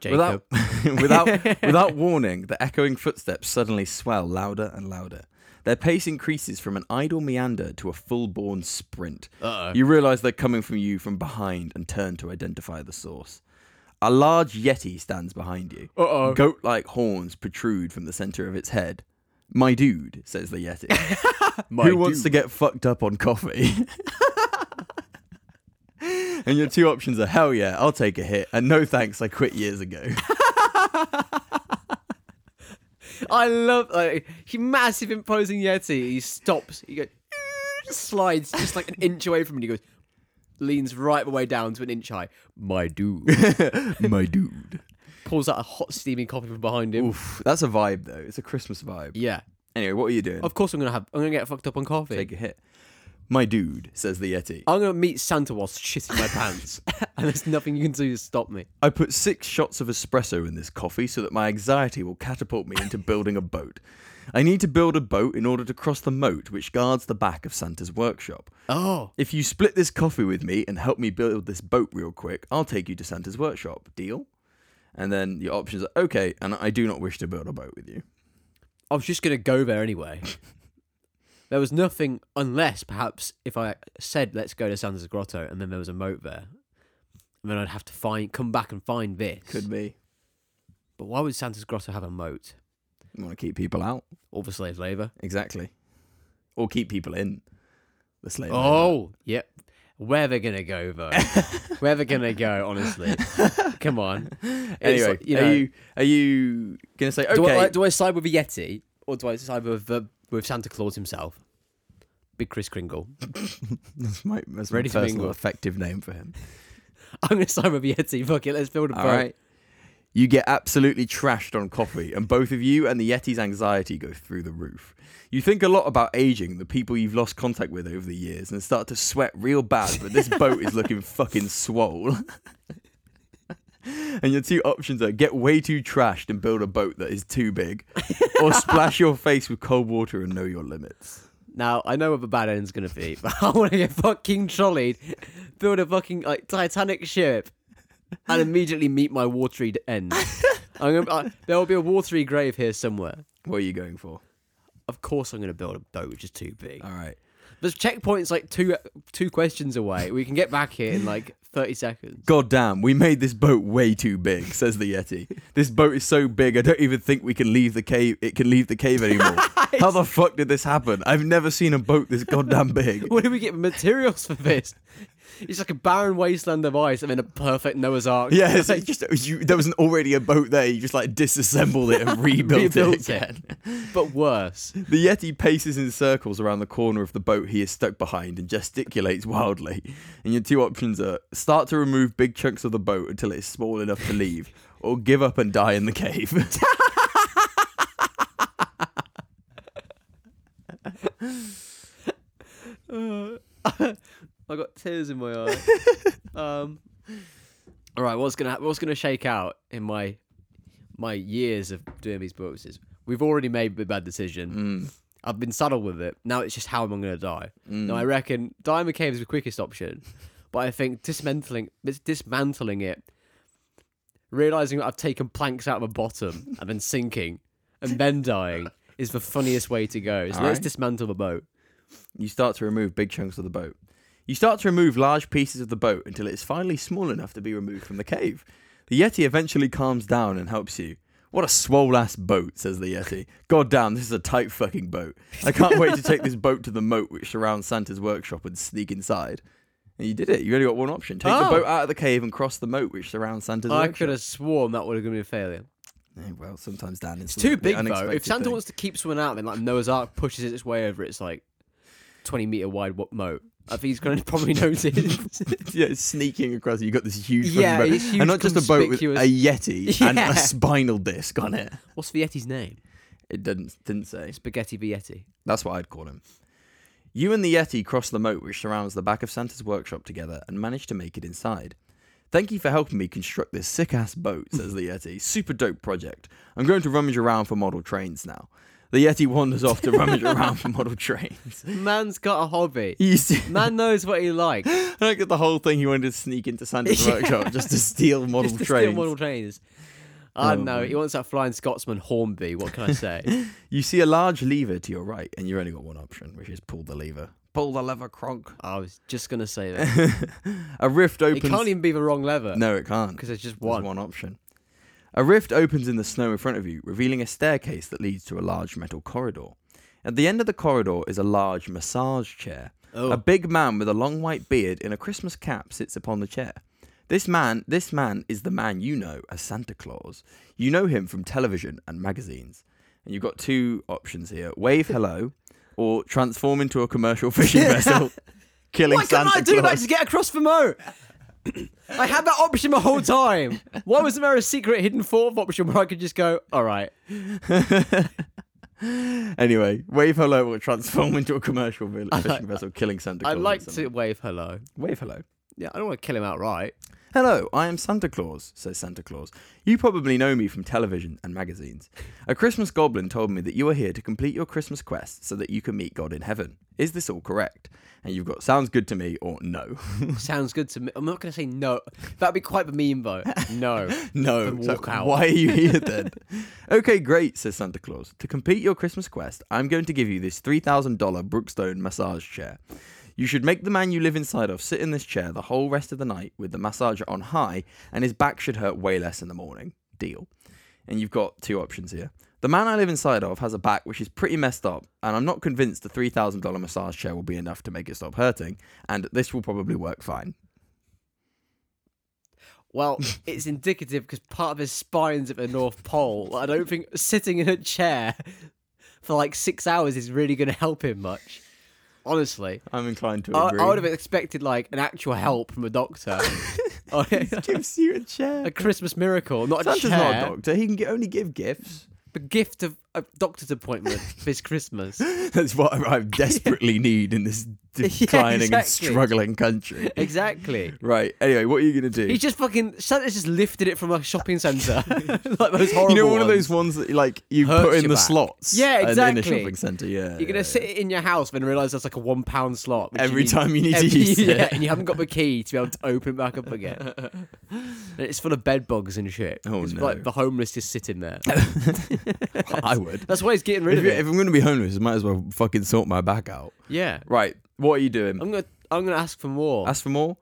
Jacob.
Without, without, without warning, the echoing footsteps suddenly swell louder and louder. Their pace increases from an idle meander to a full-born sprint.
Uh-oh.
You realize they're coming from you from behind and turn to identify the source. A large yeti stands behind you.
Uh-oh.
Goat like horns protrude from the center of its head. My dude, says the yeti. Who wants to get fucked up on coffee? and your two options are hell yeah, I'll take a hit, and no thanks, I quit years ago.
I love like he massive imposing yeti. He stops. He goes slides just like an inch away from him. And he goes leans right the way down to an inch high. My dude
My dude.
pulls out a hot steaming coffee from behind him.
Oof, that's a vibe though. It's a Christmas vibe.
Yeah,
Anyway, what are you doing?
of course I'm gonna have. I'm gonna get fucked up on coffee.
take a hit. My dude, says the yeti.
I'm gonna meet Santa whilst shitting my pants, and there's nothing you can do to stop me.
I put six shots of espresso in this coffee so that my anxiety will catapult me into building a boat. I need to build a boat in order to cross the moat which guards the back of Santa's workshop.
Oh,
If you split this coffee with me and help me build this boat real quick, I'll take you to Santa's workshop. Deal? And then your options are okay, and I do not wish to build a boat with you.
I was just gonna go there anyway. There was nothing, unless perhaps if I said let's go to Santa's Grotto, and then there was a moat there, and then I'd have to find, come back and find this.
Could be.
But why would Santa's Grotto have a moat?
Want to keep people out?
All for slave labor.
Exactly. Or keep people in. The slave. labor.
Oh, yep. Where they're gonna go though? Where they're gonna go? Honestly, come on. It's
Anyway,
like, you
are
know,
you are you gonna say okay?
do I like, do I side with the Yeti or do I side with the, with Santa Claus himself? Big Chris Kringle.
That's my, that's
Ready to
my personal
mingle.
effective name for him.
I'm gonna side with the Yeti. Fuck it, let's build a boat.
All right. You get absolutely trashed on coffee, and both of you and the Yeti's anxiety go through the roof. You think a lot about aging, the people you've lost contact with over the years, and start to sweat real bad, but this boat is looking fucking swole. and your two options are get way too trashed and build a boat that is too big, or splash your face with cold water and know your limits.
Now I know what the bad end's gonna be, but I want to get fucking trolleyed, build a fucking like Titanic ship, and immediately meet my watery d- end. I'm gonna, I, there will be a watery grave here somewhere.
What are you going for?
Of course, I'm gonna build a boat which is too big.
All right.
This checkpoint's like two two questions away. We can get back here in like thirty seconds.
God damn, we made this boat way too big, says the Yeti. This boat is so big, I don't even think we can leave the cave. It can leave the cave anymore. How the fuck did this happen? I've never seen a boat this goddamn big.
Where do we get materials for this? It's like a barren wasteland of ice and then a perfect Noah's Ark.
Yeah, it's like just you, there was an, already a boat there. You just like disassembled it and rebuilt,
Rebuilt
it again.
but worse.
The Yeti paces in circles around the corner of the boat he is stuck behind and gesticulates wildly. And your two options are start to remove big chunks of the boat until it is small enough to leave, or give up and die in the cave.
I got tears in my eye. um, all right, what's gonna what's gonna shake out in my my years of doing these books is we've already made the bad
Mm.
decision. I've been saddled with it. Now it's just how am I gonna die? Now I reckon dying McCabe is the quickest option, but I think dismantling dis- dismantling it, realizing that I've taken planks out of a bottom and then sinking and then dying is the funniest way to go. So
All
let's
right.
dismantle the boat.
you start to remove big chunks of the boat. You start to remove large pieces of the boat until it is finally small enough to be removed from the cave. The Yeti eventually calms down and helps you. What a swole ass boat, says the Yeti. God damn, this is a tight fucking boat. I can't wait to take this boat to the moat which surrounds Santa's workshop and sneak inside. And you did it. You only got one option. Take the
Oh.
boat out of the cave and cross the moat which surrounds Santa's
I
workshop.
could have sworn that would have been a failure.
Eh, Well, sometimes Dan is
It's too big though.
unexpected
If Santa
thing.
wants to keep swimming out, then like Noah's Ark pushes its way over its like twenty meter wide wo- moat. I think he's going to probably notice.
yeah, it's sneaking across. You got this huge, fucking
Yeah,
boat,
it's huge,
and not just a boat with a
conspicuous-
yeti and
Yeah.
a spinal disc on it.
What's the Yeti's name?
It didn't didn't say.
Spaghetti the Yeti.
That's what I'd call him. You and the Yeti cross the moat which surrounds the back of Santa's workshop together and manage to make it inside. Thank you for helping me construct this sick ass boat, says the Yeti. Super dope project. I'm going to rummage around for model trains now. The Yeti wanders off to rummage around for model trains.
Man's got a hobby.
You see,
Man knows what he likes.
I don't get the whole thing. He wanted to sneak into Santa's workshop just to steal model
Just to steal
trains. Oh,
model trainers. I don't know. He wants that flying Scotsman Hornby. What can I say?
You see a large lever to your right, and you've only got one option, which is pull the lever. Pull the lever, cronk.
I was just gonna say that.
A rift
It
opens.
can't even be the wrong lever because
No, it can't.
there's just
There's
one.
one option. A rift opens in the snow in front of you, revealing a staircase that leads to a large metal corridor. At the end of the corridor is a large massage chair.
Oh.
A big man with a long white beard in a Christmas cap sits upon the chair. This man, this man is the man you know as Santa Claus. You know him from television and magazines. And you've got two options here: wave hello, or transform into a commercial fishing vessel, killing
Why
Santa
couldn't I do
Claus.
that to get across the moat? I had that option the whole time. Why wasn't there a secret hidden fourth option where I could just go, all right,
Anyway, wave hello will transform into a commercial vil- fishing vessel, killing Santa Claus.
I'd like
or
to
something.
wave hello.
wave hello.
Yeah, I don't want to kill him outright.
Hello, I am Santa Claus, says Santa Claus. You probably know me from television and magazines. A Christmas goblin told me that you are here to complete your Christmas quest so that you can meet God in heaven. Is this all correct? And you've got sounds good to me or no.
Sounds good to me. I'm not going to say no. That'd be quite the meme, though. No.
no.
Then
so
walk out.
Why are you here then? okay, great, says Santa Claus. To complete your Christmas quest, I'm going to give you this $3,000 Brookstone massage chair. You should make the man you live inside of sit in this chair the whole rest of the night with the massager on high, and his back should hurt way less in the morning. Deal. And you've got two options here. The man I live inside of has a back which is pretty messed up, and I'm not convinced the $3,000 massage chair will be enough to make it stop hurting, and this will probably work fine.
Well, it's indicative because part of his spine's at the North Pole. I don't think sitting in a chair for like six hours is really going to help him much. Honestly.
I'm inclined to
I,
agree.
I would have expected like an actual help from a doctor. Oh, yeah.
gives you a chair.
a Christmas miracle, not a
Santa's
chair.
not a doctor. He can gi- only give gifts.
The gift of a doctor's appointment this Christmas.
That's what I I desperately need in this declining and
exactly.
struggling country.
Exactly.
Right. Anyway, what are you gonna do?
He's just fucking Santa's just lifted it from a shopping centre, like those horrible.
You know, one of
ones.
those ones that like you
Hurts
put in
your
the
back.
slots.
Yeah,
and In a
exactly.
shopping centre. Yeah.
You're gonna
yeah,
sit it in your house, then realise there's like a one pound slot which
Every time you need to use it.
yeah, and you haven't got the key to be able to open it back up again. and it's full of bed bugs and shit.
Oh,
It's
no.
Like the homeless just sitting there.
yeah. I would.
That's why he's getting rid
If,
of
you-
it.
if I'm gonna be homeless, I might as well fucking sort my back out.
Yeah,
Right. What are you doing?
I'm gonna I'm gonna ask for more.
Ask for more?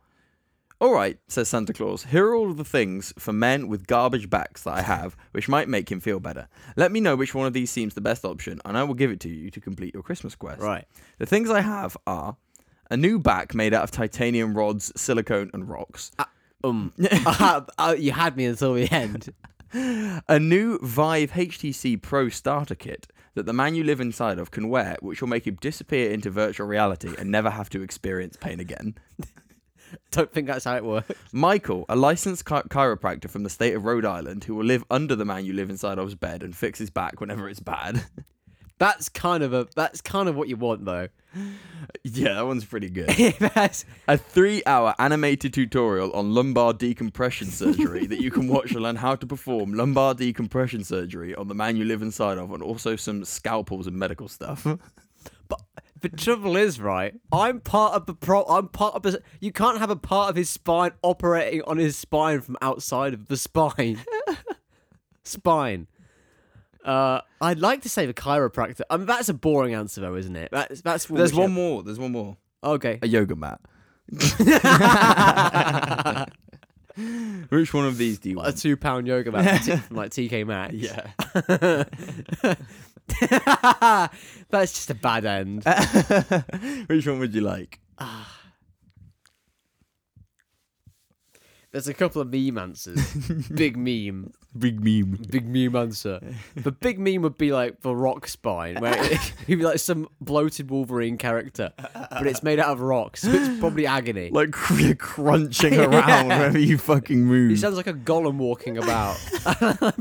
All right, says Santa Claus. Here are all of the things for men with garbage backs that I have, which might make him feel better. Let me know which one of these seems the best option, and I will give it to you to complete your Christmas quest.
right.
The things I have are a new back made out of titanium rods, silicone, and rocks,
Um, uh, uh, you had me until the end.
a new Vive HTC Pro starter kit that the man you live inside of can wear, which will make him disappear into virtual reality and never have to experience pain again.
Don't think that's how it works.
Michael, a licensed chi- chiropractor from the state of Rhode Island, who will live under the man you live inside of's bed and fix his back whenever it's bad.
That's kind of a that's kind of what you want though.
yeah, that one's pretty good.
That's-
A three-hour animated tutorial on lumbar decompression surgery that you can watch to learn how to perform lumbar decompression surgery on the man you live inside of, and also some scalpels and medical stuff.
but the trouble is, right? I'm part of the pro. I'm part of the. You can't have a part of his spine operating on his spine from outside of the spine. spine. Uh, I'd like to say the chiropractor. I mean, that's a boring answer though, isn't it? That's that's.
There's one more. There's one more.
Okay.
A yoga mat. Which one of these do you
a
want?
two pound yoga mat from, t- from like TK Maxx.
Yeah.
That's just a bad end.
Uh, Which one would you like?
There's a couple of meme answers. big meme,
Big meme.
big meme answer. The big meme would be like the rock spine, where it, he'd be like some bloated Wolverine character, but it's made out of rocks, so it's probably agony.
Like cr- crunching around wherever you fucking
He
move.
sounds like a golem walking about,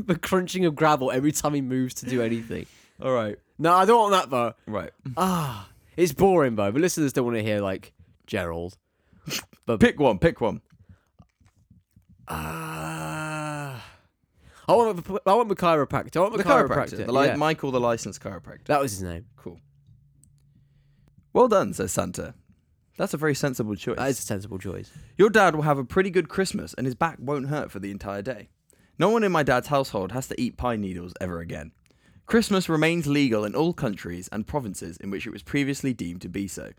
but crunching of gravel every time he moves to do anything.
All right.
No, I don't want that though.
Right.
Ah, it's boring though. But listeners don't want to hear like Gerald.
Pick one. Pick one.
Ah, I want the- I want the chiropractor. I want the,
The
chiropractor.
chiropractor. The li-
yeah.
Michael, the licensed chiropractor.
that was his name.
Cool. Well done, says Santa. That's a very sensible choice.
That is a sensible choice.
Your dad will have a pretty good Christmas and his back won't hurt for the entire day. No one in my dad's household has to eat pine needles ever again. Christmas remains legal in all countries and provinces in which it was previously deemed to be so.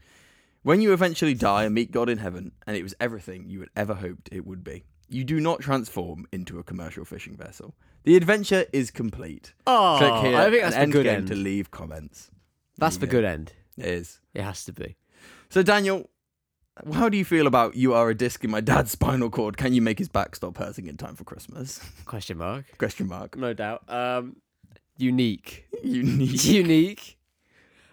When you eventually die and meet God in heaven, and it was everything you had ever hoped it would be, you do not transform into a commercial fishing vessel. The adventure is complete.
Oh,
Click here
I think that's the
and
good
endgame
end.
to leave comments.
That's the
Yeah.
good end.
It is.
It has to be.
So, Daniel, how do you feel about you are a disc in my dad's spinal cord? Can you make his back stop hurting in time for Christmas?
Question mark.
Question mark.
No doubt. Um, unique.
Unique.
unique.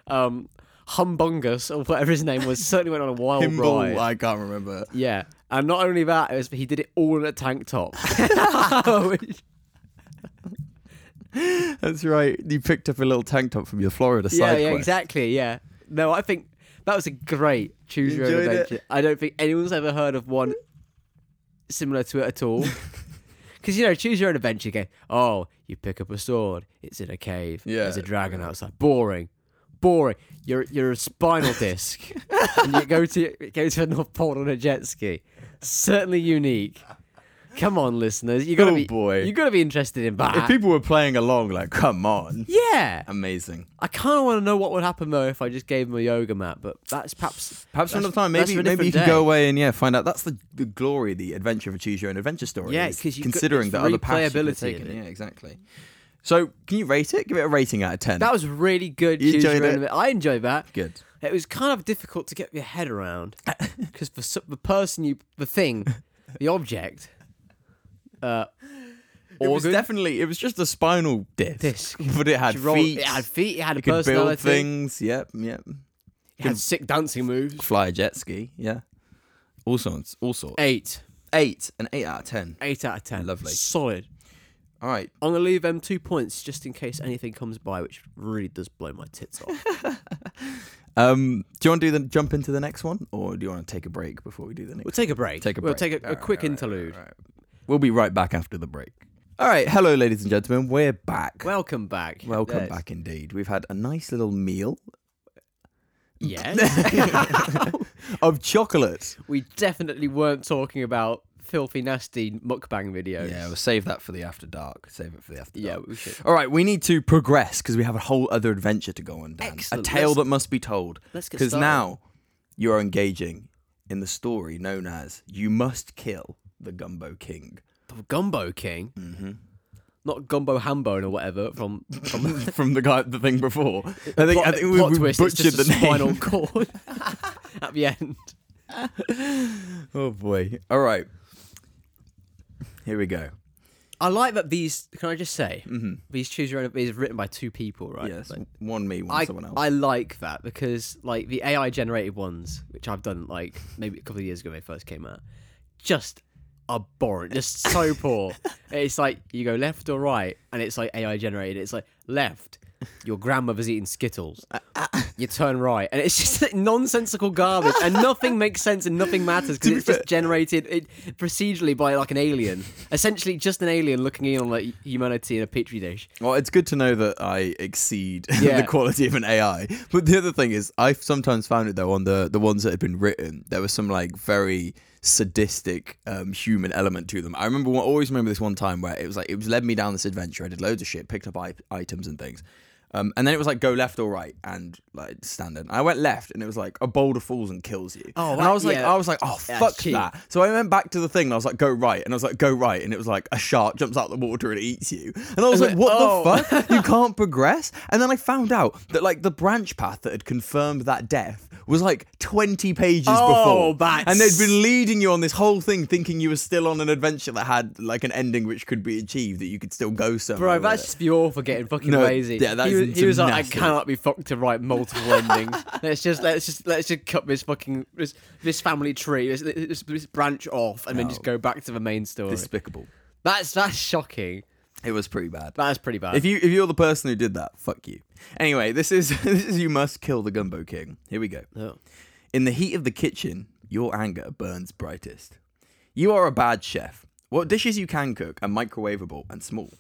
Um, humbungus or whatever his name was certainly went on a wild ride.
Kimball, I can't remember.
Yeah, and not only that, it was, he did it all in a tank top.
That's right. You picked up a little tank top from your Florida
yeah,
side
yeah,
quest.
exactly. Yeah. No, I think that was a great choose your own
Enjoyed it?
adventure. I don't think anyone's ever heard of one similar to it at all. Because you know, choose your own adventure game. Oh, you pick up a sword. It's in a cave.
Yeah.
There's a dragon outside. Boring. Boring. You're you're a spinal disc. and you go to go to the North Pole on a jet ski. Certainly unique. Come on, listeners. You gotta
Oh,
be
boy.
You gotta be interested in
If
that.
people were playing along, like, come on.
yeah.
Amazing.
I kind of want to know what would happen though if I just gave him a yoga mat, but that's perhaps
Perhaps
That's-
another time,
that's
maybe
for a
maybe you
different
can go
day.
away and yeah, find out. That's the, the glory, the adventure of a choose your own adventure story.
Yeah,
is
'cause you've got
considering
this
the other paths you've
replayability
taken.
in it.
Yeah, exactly. So, can you rate it? Give it a rating out of ten.
that was really good.
You
choose your
enjoyed
own
it?
adve- I enjoyed that.
good.
It was kind of difficult to get your head around because for so- the person you, the thing, the object, uh,
It was
organ,
definitely. It was just a spinal disc,
Disc.
but it had
she rolled-
feet.
It had feet. It had a
It could build
personality.
things. Yep, yep.
It had sick dancing moves.
Fly a jet ski. Yeah, all sorts. All sorts.
Eight,
Eight, an eight out of ten.
eight out of ten.
Lovely.
solid.
All right.
I'm gonna leave them two points just in case anything comes by, which really does blow my tits off.
Um, do you want to do the jump into the next one, or do you want to take a break before we do the next?
We'll take a break.
Take a
We'll
break.
take a, a
Alright,
quick
alright,
interlude.
alright. We'll be right back after the break. All right. Hello, ladies and gentlemen. We're back.
Welcome back.
Welcome
Yes.
back indeed. We've had a nice little meal
Yes.
of chocolate.
we definitely weren't talking about filthy, nasty mukbang videos.
Yeah, we'll save that for the after dark. Save it for the after dark.
Yeah, we should.
All right, we need to progress because we have a whole other adventure to go on, Dan.
Excellent.
A tale
Let's-
that must be told.
let's get
Because
started.
now you are engaging in the story known as "You Must Kill the Gumbo King"
The Gumbo King. Mm-hmm. Not Gumbo Hambone or whatever from.
from the guy, the thing before. I think, I
plot-
think we,
plot
we
twist, it's
butchered
just
the
a
name.
spinal cord at the end.
Oh boy! All right, here we go.
I like that these. Can I just say these choose your own? These are written by two people, right?
Yes,
Like,
one me, one
I,
someone else.
I like that because like the AI generated ones, which I've done like maybe a couple of years ago when they first came out, just are boring. Just so poor. It's like you go left or right, and it's like AI generated. It's like left. Your grandmother's eating Skittles.
Uh,
You turn right, and it's just like nonsensical garbage, and nothing makes sense and nothing matters because it's just generated it, procedurally by like an alien, essentially just an alien looking in on like humanity in a petri dish.
Well, it's good to know that I exceed
Yeah.
the quality of an AI. But the other thing is, I've sometimes found it though on the the ones that have been written, there was some like very sadistic um, human element to them. I remember, one, always remember this one time where it was like it was led me down this adventure. I did loads of shit, picked up I- items and things. Um, and then it was like go left or right and like standing. I went left and it was like a boulder falls and kills you.
Oh,
and
that-
I was like,
yeah.
I was like, oh
Yeah,
fuck
cheap.
that. So I went back to the thing and I was like, go right, and I was like, go right, and it was like a shark jumps out the water and it eats you. And I was like,
like,
what
oh.
the fuck? You can't progress. And then I found out that like the branch path that had confirmed that death was like 20 pages
Oh,
before.
that's-
And they'd been leading you on this whole thing thinking you were still on an adventure that had like an ending which could be achieved, that you could still go somewhere.
Bro,
with
that's
it.
just pure for getting fucking
No,
lazy.
yeah, that is
he, was- he was like, I
nasty.
cannot be fucked to write multiple endings. let's just let's just let's just cut this fucking this, this family tree, this, this, this branch off, and then just go back to the main story.
despicable.
That's that's shocking.
It was pretty bad.
That's pretty bad.
If you if you're the person who did that, fuck you. Anyway, this is this is you must kill the gumbo king. Here we go.
Oh.
In the heat of the kitchen, your anger burns brightest. You are a bad chef. What dishes you can cook are microwavable and small.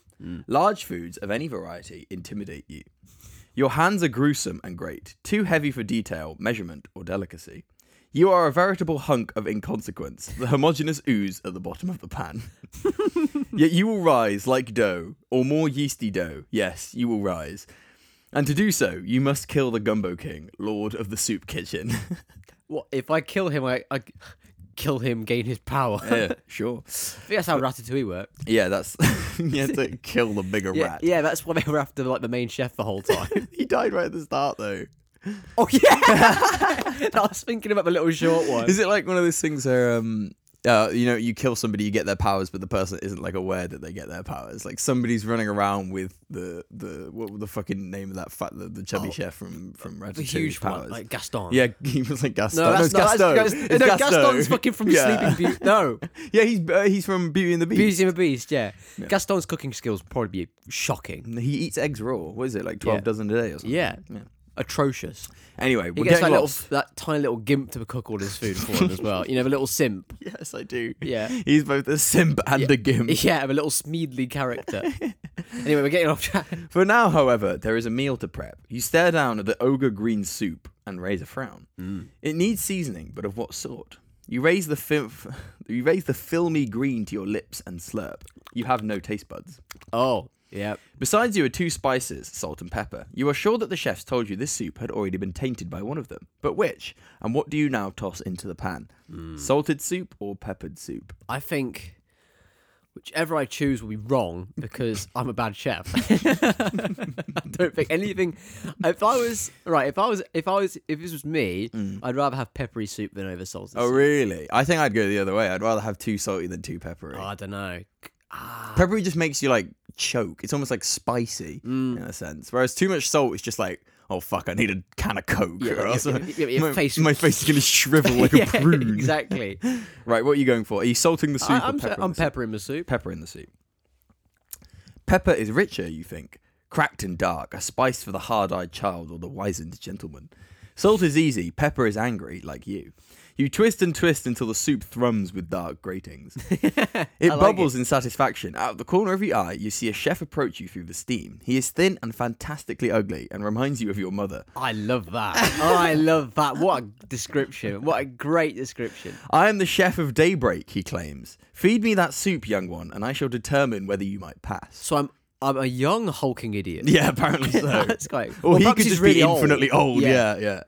Large foods of any variety intimidate you. Your hands are gruesome and great, too heavy for detail, measurement, or delicacy. You are a veritable hunk of inconsequence, the homogeneous ooze at the bottom of the pan. Yet you will rise like dough, or more yeasty dough. Yes, you will rise. And to do so, you must kill the Gumbo King, Lord of the Soup Kitchen.
what if I kill him? I, I kill him, gain his power.
yeah, sure.
I think that's how Ratatouille worked.
Yeah, that's. you had to kill the bigger
Yeah,
rat.
yeah, that's why they were after like the main chef the whole time.
He died right at the start, though.
oh yeah, I was thinking about the little short one.
Is it like one of those things where, um, uh, you know, you kill somebody, you get their powers, but the person isn't like aware that they get their powers. Like somebody's running around with the the what the fucking name of that fat the, the chubby chef from from Ratatouille
the huge
powers.
one, like Gaston.
Yeah, he was like Gaston.
No, that's
no, it's
not.
Gaston.
That's,
It's
Gas- no,
Gaston.
Gaston's fucking from
Yeah.
Sleeping Beauty. No,
Yeah, he's uh, he's from Beauty and the Beast.
Beauty and the Beast. Yeah. Gaston's cooking skills would probably be shocking.
He eats eggs raw. What is it like twelve
Yeah.
dozen a day or something?
Yeah. Atrocious.
Anyway, we're
He gets
getting
that little,
lost.
that tiny little gimp to cook all his food for him as well. You know, the little simp.
Yes, I do.
Yeah.
he's both a simp and a gimp.
Yeah, the little Smeedley character. anyway, we're getting off track.
For now, however, there is a meal to prep. You stare down at the ogre green soup and raise a frown.
Mm.
It needs seasoning, but of what sort? You raise the fil- you raise the filmy green to your lips and slurp. You have no taste buds.
Oh, yeah.
Besides you are two spices, salt and pepper. You are sure that the chefs told you this soup had already been tainted by one of them. But which? And what do you now toss into the pan? Salted soup or peppered soup?
I think whichever I choose will be wrong because I'm a bad chef. I don't think anything. If I was right, if I was, if I was, if this was me, I'd rather have peppery soup than over salted.
Mm. Oh
soup.
really? I think I'd go the other way. I'd rather have two salty than two peppery.
I don't know.
Peppery just makes you like choke. It's almost like spicy in a sense. Whereas too much salt is just like, oh fuck, I need a can of coke.
Yeah,
or
yeah,
else
yeah,
my,
yeah, your
my
face-
face... is gonna shrivel like a prune.
exactly.
Right, what are you going for? Are you salting the soup
I,
or
I'm,
peppering
I'm
the soup?
peppering the soup.
pepper in the soup. Pepper is richer, you think, cracked and dark, a spice for the hard eyed child or the wizened gentleman. Salt is easy, pepper is angry, like you. You twist and twist until the soup thrums with dark gratings. It bubbles in satisfaction. Out of the corner of your eye, you see a chef approach you through the steam. He is thin and fantastically ugly and reminds you of your mother.
I love that. Oh, I love that. What a description. What a great description.
I am the chef of daybreak, he claims. Feed me that soup, young one, and I shall determine whether you might pass.
So I'm I'm a young hulking idiot.
Yeah, apparently so.
That's quite.
Or
well,
Oh, he
perhaps
could
he's
just
really
be infinitely old. Yeah, yeah.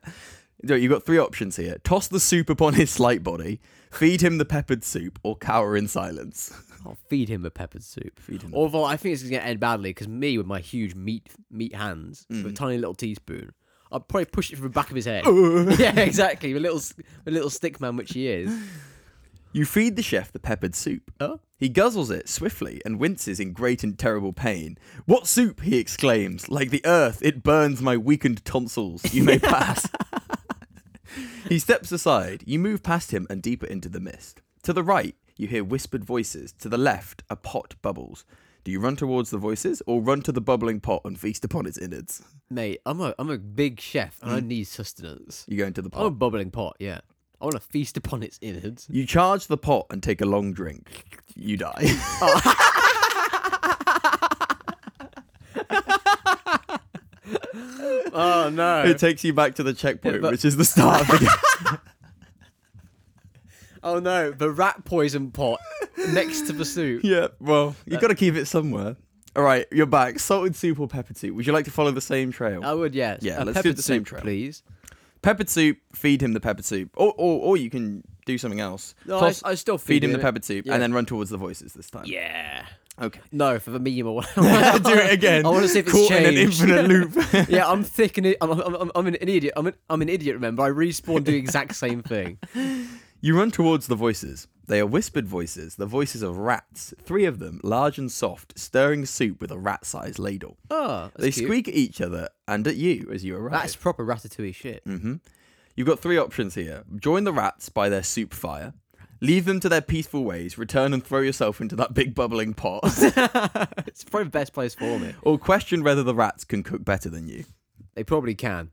No, You've got three options here: toss the soup upon his slight body, feed him the peppered soup, or cower in silence.
I'll feed him a peppered soup. Feed
him a-
Although I think this is going to end badly because me with my huge meat meat hands with
Mm.
a tiny little teaspoon, I'll probably push it from the back of his head. yeah, exactly. The little s- the little stick man, which he is.
You feed the chef the peppered soup.
Oh.
He guzzles it swiftly and winces in great and terrible pain. What soup? he exclaims. Like the earth, it burns my weakened tonsils. You may pass. he steps aside. You move past him and deeper into the mist. To the right, you hear whispered voices. To the left, a pot bubbles. Do you run towards the voices or run to the bubbling pot and feast upon its innards?
Mate, I'm a I'm a big chef and I
Mm.
need sustenance.
You go into the pot.
I'm a bubbling pot. Yeah, I want to feast upon its innards.
You charge the pot and take a long drink. You die.
Oh no!
it takes you back to the checkpoint,
Yeah, but-
which is the start of the game.
Oh no! The rat poison pot next to the soup. Uh,
Yeah, well, you've got to keep it somewhere. All right, you're back. Salted soup or peppered soup? Would you like to follow the same trail?
I would, yes.
Yeah,
A
let's do
peppered
the same
soup,
trail.
please.
Peppered soup. Feed him the peppered soup, or or, or you can do something else.
No,
Toss-
I, I still
feed
feed
him the
it.
peppered soup,
Yeah.
and then run towards the voices this time.
Yeah.
Okay.
No, for the meme or what.
do it again.
I want to see if it's
Caught
changed.
in an infinite loop.
yeah, I'm thick and i- I'm, I'm, I'm, I'm an idiot. I'm an, I'm an idiot. Remember, I respawned the exact same thing.
you run towards the voices. They are whispered voices, the voices of rats, three of them, large and soft, stirring soup with a rat-sized ladle.
Oh, that's
Ah, they
cute.
squeak at each other and at you as you arrive.
That's proper ratatouille shit.
Mm. You've got three options here. Join the rats by their soup fire. Leave them to their peaceful ways, return and throw yourself into that big bubbling pot.
It's probably the best place for me.
or question whether the rats can cook better than you.
They probably can.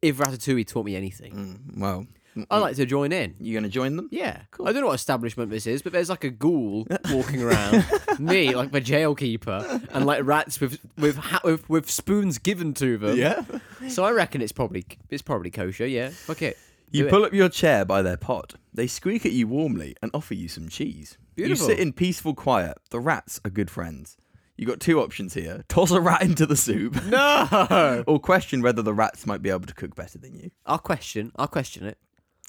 If ratatouille taught me anything,
Well,
I
mm.
like to join in.
you going to join them?
Yeah, I don't know what establishment this is, but there's like a ghoul walking around, me like the jailkeeper, and like rats with with ha- with, with spoons given to them.
Yeah.
So I reckon it's probably it's probably kosher. Yeah. Fuck it.
You
Do it.
pull up your chair by their pot. They squeak at you warmly and offer you some cheese.
Beautiful.
You sit in peaceful quiet. The rats are good friends. You got two options here. Toss a rat into the soup
No.
or question whether the rats might be able to cook better than you.
I'll question. I'll question it.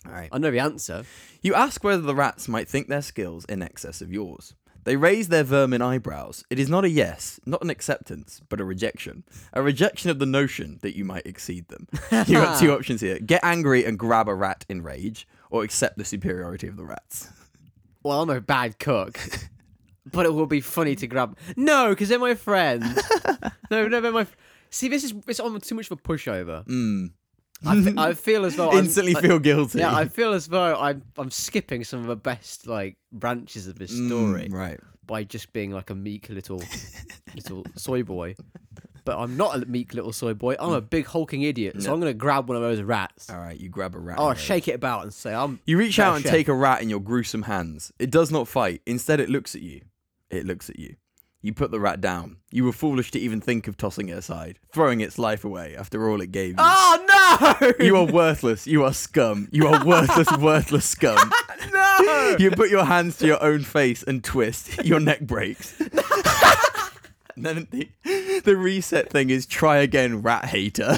All right.
I know the answer.
You ask whether the rats might think their skills in excess of yours. They raise their vermin eyebrows. It is not a yes, not an acceptance, but a rejection. A rejection of the notion that you might exceed them. you got two options here get angry and grab a rat in rage, or accept the superiority of the rats.
Well, I'm a bad cook, but it will be funny to grab. No, because they're my friends. no, no, they're my. fr- See, this is it's on too much of a pushover. I, fe- I feel as though I'm-
Mm. Instantly
I-
feel guilty.
yeah, I feel as though I'm I'm skipping some of the best like branches of this story
Mm, right.
by just being like a meek little little soy boy. But I'm not a meek little soy boy. I'm
Mm.
a big hulking idiot. So I'm gonna grab one of those rats.
All right, you grab a rat. in
Oh,
rage.
shake it about and say I'm.
You reach out and
Chef.
take a rat in your gruesome hands. It does not fight. Instead, it looks at you. It looks at you. You put the rat down. You were foolish to even think of tossing it aside, throwing its life away after all it gave you.
Oh no!
You are worthless. You are scum. You are worthless, worthless scum.
no!
You put your hands to your own face and twist. Your neck breaks. And then the, the reset thing is try again, rat hater.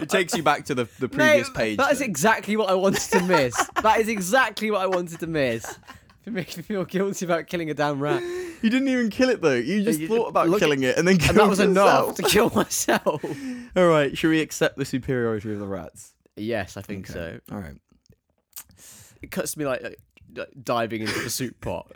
it takes you back to the, the previous
Mate,
page.
That is
then.
exactly what I wanted to miss. that is exactly what I wanted to miss. It makes me feel guilty about killing a damn rat.
You didn't even kill it though. You just
you-
thought about
look-
killing it and then killed
And that was
yourself.
enough to kill myself.
All right, should we accept the superiority of the rats?
yes, I think so.
All right.
It cuts to me like, like, like diving into the soup pot.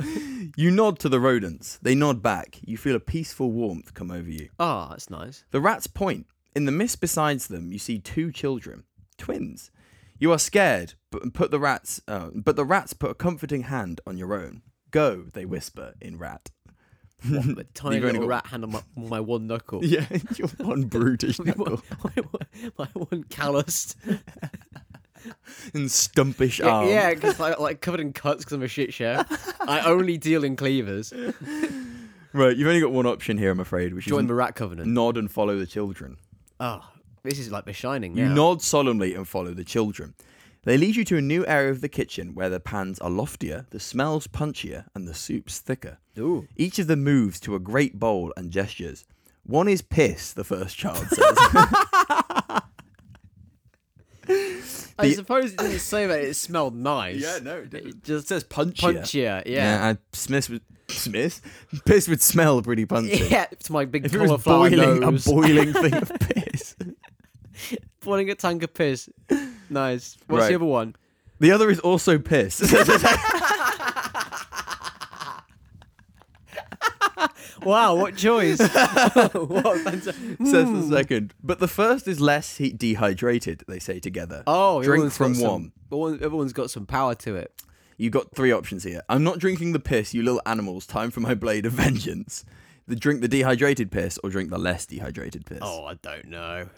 You nod to the rodents. They nod back. You feel a peaceful warmth come over you.
Ah, that's nice.
The rats point. In the mist besides them, you see two children, twins. You are scared, but put the rats. Uh, but the rats put a comforting hand on your own. Go, they whisper in rat.
What, the tiny
You've only
little
got-
rat hand on my, my one knuckle.
Yeah, you're one brutish
My,
knuckle
one- my one calloused.
and stumpish
Yeah,
arm.
Yeah, because like, like covered in cuts because I'm a shit show. I only deal in cleavers.
Right, you've only got one option here, I'm afraid, which
Join
is
the rat covenant.
nod and follow the children.
Oh, this is like The Shining.
You
now.
nod solemnly and follow the children. They lead you to a new area of the kitchen where the pans are loftier, the smells punchier, and the soup's thicker.
Ooh.
Each of them moves to a great bowl and gestures. One is piss, the first child says.
I
The-
suppose it didn't say that it smelled nice.
it,
just
says punchier.
punchier. Yeah.
Yeah, I, Smith would, Smith? Piss would smell pretty
Yeah,
punchy.
to my big
If it was
cauliflower
boiling,
nose.
a boiling thing of piss.
boiling a tank of piss. Nice. What's
Right.
the other one?
The other is also piss.
Wow, what choice? What fanta-
says the second. But the first is less heat dehydrated, they say together.
Oh,
drink
everyone's got
from
some-
one.
everyone- everyone's got some power to it.
You got three options here. I'm not drinking the piss, you little animals. Time for my blade of vengeance. The drink the dehydrated piss or drink the less dehydrated piss.
Oh, I don't know.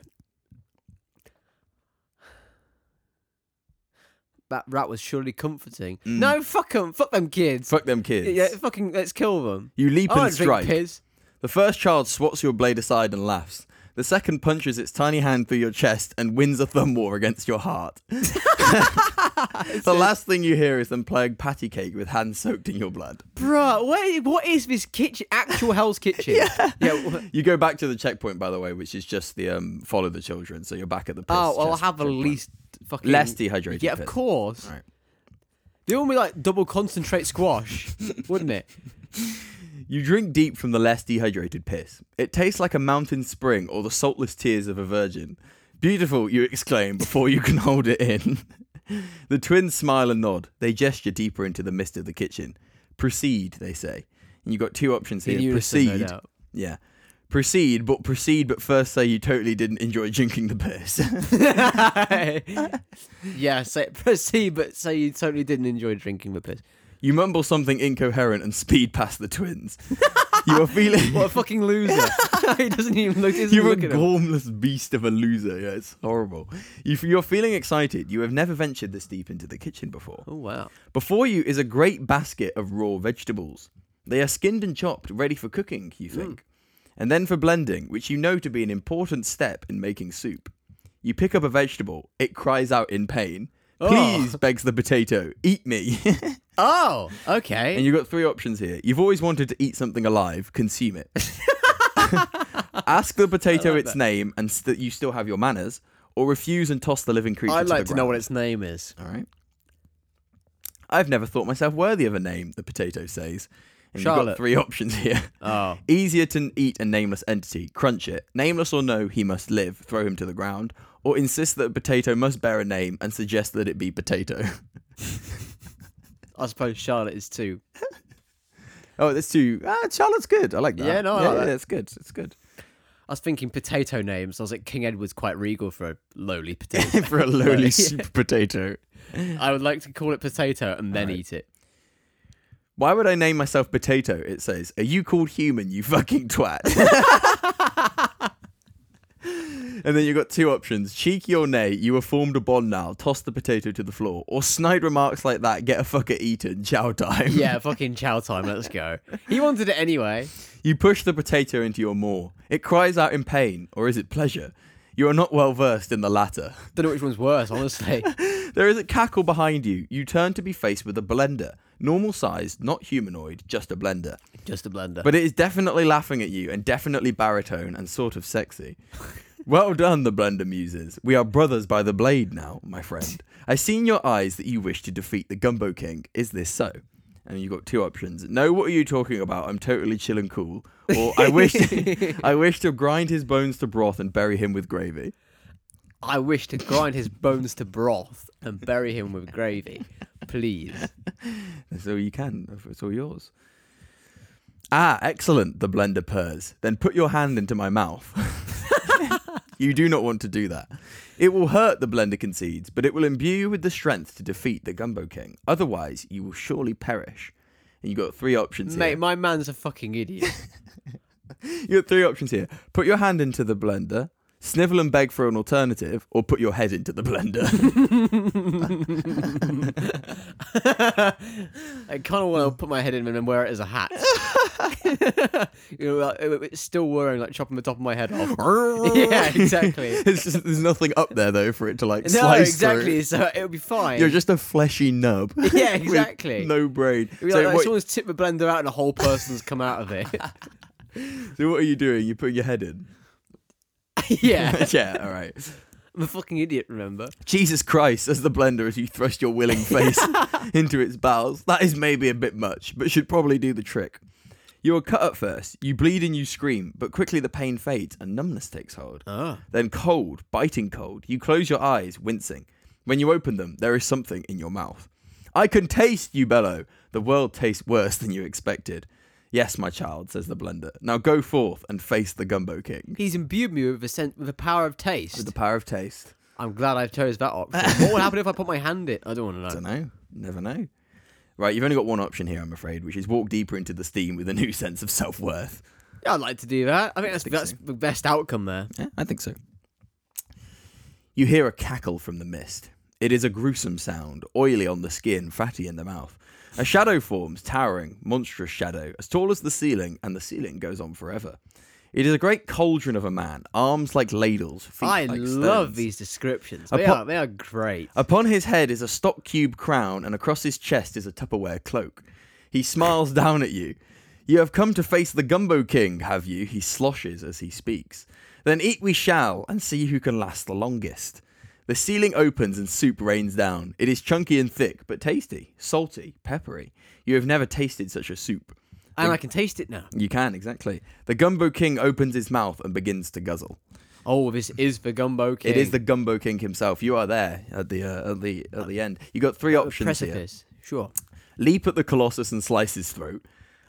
That rat was surely comforting. No, fuck them. Fuck them kids.
Mm. Fuck them kids.
Yeah, fucking, let's kill them.
You leap
I wanna
and
drink
strike.
piss.
The first child swats your blade aside and laughs. The second punches its tiny hand through your chest and wins a thumb war against your heart. the last thing you hear is them playing patty cake with hands soaked in your blood.
Bruh, what, what is this kitchen? Actual Hell's Kitchen. yeah.
You go back to the checkpoint, by the way, which is just the um, follow the children. So you're back at the. Piss
Oh, well, I'll
chest
have the
checkpoint.
least fucking.
Less dehydrated
Yeah, of
piss.
course.
Right.
The one with like double concentrate squash, wouldn't it?
You drink deep from the less dehydrated piss. It tastes like a mountain spring or the saltless tears of a virgin. Beautiful, you exclaim before you can hold it in. the twins smile and nod. They gesture deeper into the mist of the kitchen. Proceed, they say. And you've got two options here.
In unison, no
proceed.
doubt.
yeah. Proceed, but proceed, but first say you totally didn't enjoy drinking the piss.
yeah, say
Proceed, but say you totally didn't enjoy drinking the piss.
you mumble something incoherent and speed past the twins. you are feeling.
What a fucking loser. he doesn't even look, doesn't
You're a
look at him.
gormless beast of a loser. Yeah, it's horrible. You, f- you're feeling excited. You have never ventured this deep into the kitchen before.
Oh wow.
Before you is a great basket of raw vegetables. They are skinned and chopped, ready for cooking,
Hmm.
you think, and then for blending, which you know to be an important step in making soup. You pick up a vegetable. It cries out in pain.
Oh.
Please, begs the potato, eat me.
Oh, okay.
And you've got three options here. You've always wanted to eat something alive, consume it. Ask the potato its name, and st- you still have your manners, or refuse and toss the living creature
I'd like
the
to know what
ground.
its name is.
All right. I've never thought myself worthy of a name, the potato says. And you've got
Charlotte.
three options here.
Oh.
Easier to eat a nameless entity, crunch it. Nameless or no, he must live, throw him to the ground. Or insist that a potato must bear a name and suggest that it be potato.
I suppose Charlotte is too.
Oh, there's two. Ah, Charlotte's good. I like that.
Yeah, no, I
yeah,
like
yeah,
that.
it's good. It's good.
I was thinking potato names. I was like, King Edward's quite regal for a lowly potato.
for a lowly soup potato.
I would like to call it potato and then eat it.
Why would I name myself potato? It says, "Are you called human? You fucking twat." and then you've got two options: cheeky or nay. You have formed a bond now. Toss the potato to the floor, or snide remarks like that. Get a fucker eaten. Chow time.
Yeah, fucking chow time. Let's go. He wanted it anyway.
You push the potato into your maw. It cries out in pain, or is it pleasure? You are not well versed in the latter.
Don't know which one's worse, honestly.
There is a cackle behind you. You turn to be faced with a blender. Normal size, not humanoid, just a blender.
Just a blender.
But it is definitely laughing at you and definitely baritone and sort of sexy. well done, the blender muses. We are brothers by the blade now, my friend. I see in your eyes that you wish to defeat the Gumbo King. Is this so? And you've got two options. No, what are you talking about? I'm totally chill and cool. Or I wish I wish to grind his bones to broth and bury him with gravy.
I wish to grind his bones to broth and bury him with gravy. Please.
That's all you can. It's all yours. Ah, excellent, the blender purrs. Then put your hand into my mouth. you do not want to do that. It will hurt, the blender concedes, but it will imbue you with the strength to defeat the Gumbo King. Otherwise, you will surely perish. And you've got three options
Mate,
here.
my man's a fucking idiot.
You've got three options here. Put your hand into the blender, snivel and beg for an alternative, or put your head into the blender.
I kind of want to
Mm.
put my head in and wear it as a hat. you know, like, it- it's still whirring, like chopping the top of my head off. yeah, exactly.
it's just, there's nothing up there, though, for it to like
No,
slice through.
exactly. So it'll be fine.
You're just a fleshy nub.
Yeah,
with
exactly.
No brain.
It'll be
so,
like, like
what,
someone's tipped the blender out and a whole person's come out of it.
so what are you doing? You're putting your head in.
yeah,
yeah, all right.
I'm a fucking idiot. Remember?
Jesus Christ, says the blender as you thrust your willing face into its bowels. That is maybe a bit much, but should probably do the trick. You are cut at first. You bleed and you scream, but quickly the pain fades and numbness takes hold. Then cold, biting cold. You close your eyes, wincing. When you open them, there is something in your mouth. I can taste, you bellow. The world tastes worse than you expected. Yes, my child, says the blender. Now go forth and face the Gumbo King.
He's imbued me with a sense, with a power of taste.
With the power of taste.
I'm glad I chose that option. what would happen if I put my hand in? I don't want to
Don't
know.
know. Never know. Right, you've only got one option here, I'm afraid, which is walk deeper into the steam with a new sense of self worth.
Yeah, I'd like to do that. I think that's
think
that's
so.
the best outcome there.
Yeah, I think so. You hear a cackle from the mist. It is a gruesome sound, oily on the skin, fatty in the mouth. A shadow forms, towering, monstrous shadow, as tall as the ceiling, and the ceiling goes on forever. It is a great cauldron of a man, arms like ladles, feet
I
like
love
stones.
these descriptions. They,
Apo-
are, they are great.
Upon his head is a stock cube crown, and across his chest is a Tupperware cloak. He smiles down at you. You have come to face the Gumbo King, have you? He sloshes as he speaks. Then eat we shall, and see who can last the longest. The ceiling opens and soup rains down. It is chunky and thick, but tasty, salty, peppery. You have never tasted such a soup.
and I can taste it now.
You can, exactly. The Gumbo King opens his mouth and begins to guzzle.
Oh, this is the Gumbo King.
It is the Gumbo King himself. You are there at the uh, at the at the end. You got three options here.
precipice. Sure.
Leap at the Colossus and slice his throat.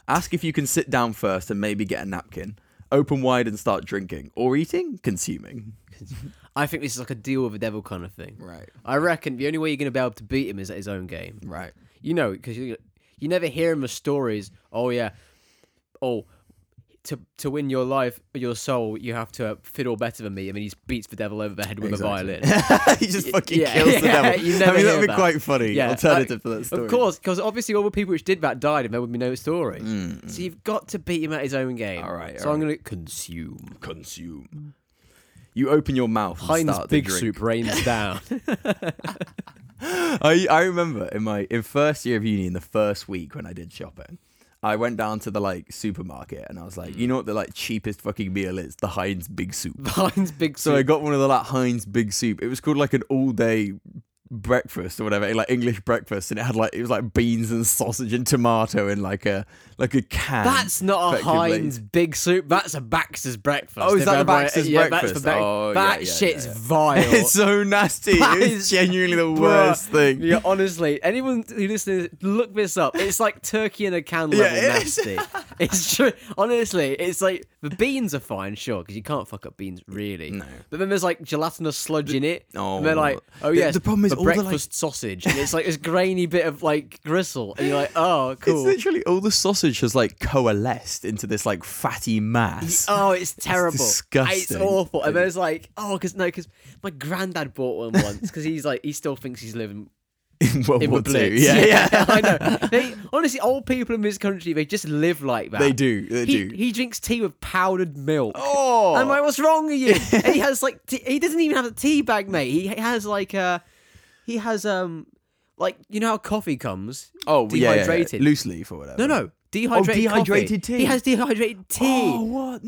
Ask if you can sit down first and maybe get a napkin. Open wide and start drinking or eating, consuming.
I think this is like a deal with the devil kind of thing.
Right,
I reckon the only way you're going to be able to beat him is at his own game.
right.
You know, because you, you never hear him with stories. Oh yeah, oh to to win your life, your soul, you have to fiddle better than me. I mean, he beats the devil over the head with
Exactly.
a violin.
he just
Y-
fucking
yeah,
kills the
yeah,
devil.
you never
I mean,
hear
that'd be
that.
quite funny.
Yeah,
alternative
like,
for that story.
Of course, because obviously all the people which did that died, and there would be no story. So you've got to beat him at his own game.
All right,
So
all
I'm going to consume.
consume. You open your mouth and
Heinz
start to
Big
drink.
Soup rains down.
I, I remember in my in first year of uni in the first week when I did shopping, I went down to the like supermarket and I was
Mm.
like, you know what the like cheapest fucking meal is? The Heinz Big Soup.
Heinz Big
So
Soup.
I got one of the like Heinz Big Soup. It was called like an all day breakfast or whatever, like English breakfast, and it had like it was like beans and sausage and tomato and like a like a can.
That's not a
effectively.
Heinz Big Soup. That's a Baxter's breakfast.
Oh, is
If
that the
ever I-
Baxter's
yeah,
breakfast?
That's the Ba-
Oh, yeah,
that
yeah, yeah,
shit's
yeah.
vile.
It's so nasty.
That
It's
is-
genuinely the
Bruh.
worst thing.
Yeah, honestly, anyone who listens, look this up. It's like turkey in a can level
Yeah, it is.
nasty. It's true. Honestly, it's like the beans are fine, sure, because you can't fuck up beans really. No. But then there's like gelatinous sludge in it.
No.
And they're like, oh
The-
yeah,
the problem is all the, like-
breakfast sausage, and it's like this grainy bit of like gristle, and you're like, oh cool.
It's literally all the sausage has like coalesced into this like fatty mass.
Oh, it's terrible.
disgusting.
It's awful. And there's like, oh, because no, because my granddad bought one once because he's like, he still thinks he's living
in World
in
War
the
Two.
Blitz.
Yeah, yeah.
I know. They, honestly, old people in this country, they just live like that.
They do, they
he,
do.
He drinks tea with powdered milk.
Oh.
I'm like, what's wrong with you? and he has like, tea, he doesn't even have a tea bag, mate. He has like, uh, he has um, like you know how coffee comes.
Oh, yeah, yeah, yeah.
dehydrated.
loose leaf or whatever.
No, no. Dehydrated, coffee.
Oh, dehydrated tea.
He has dehydrated tea.
Oh, what?
Bruh.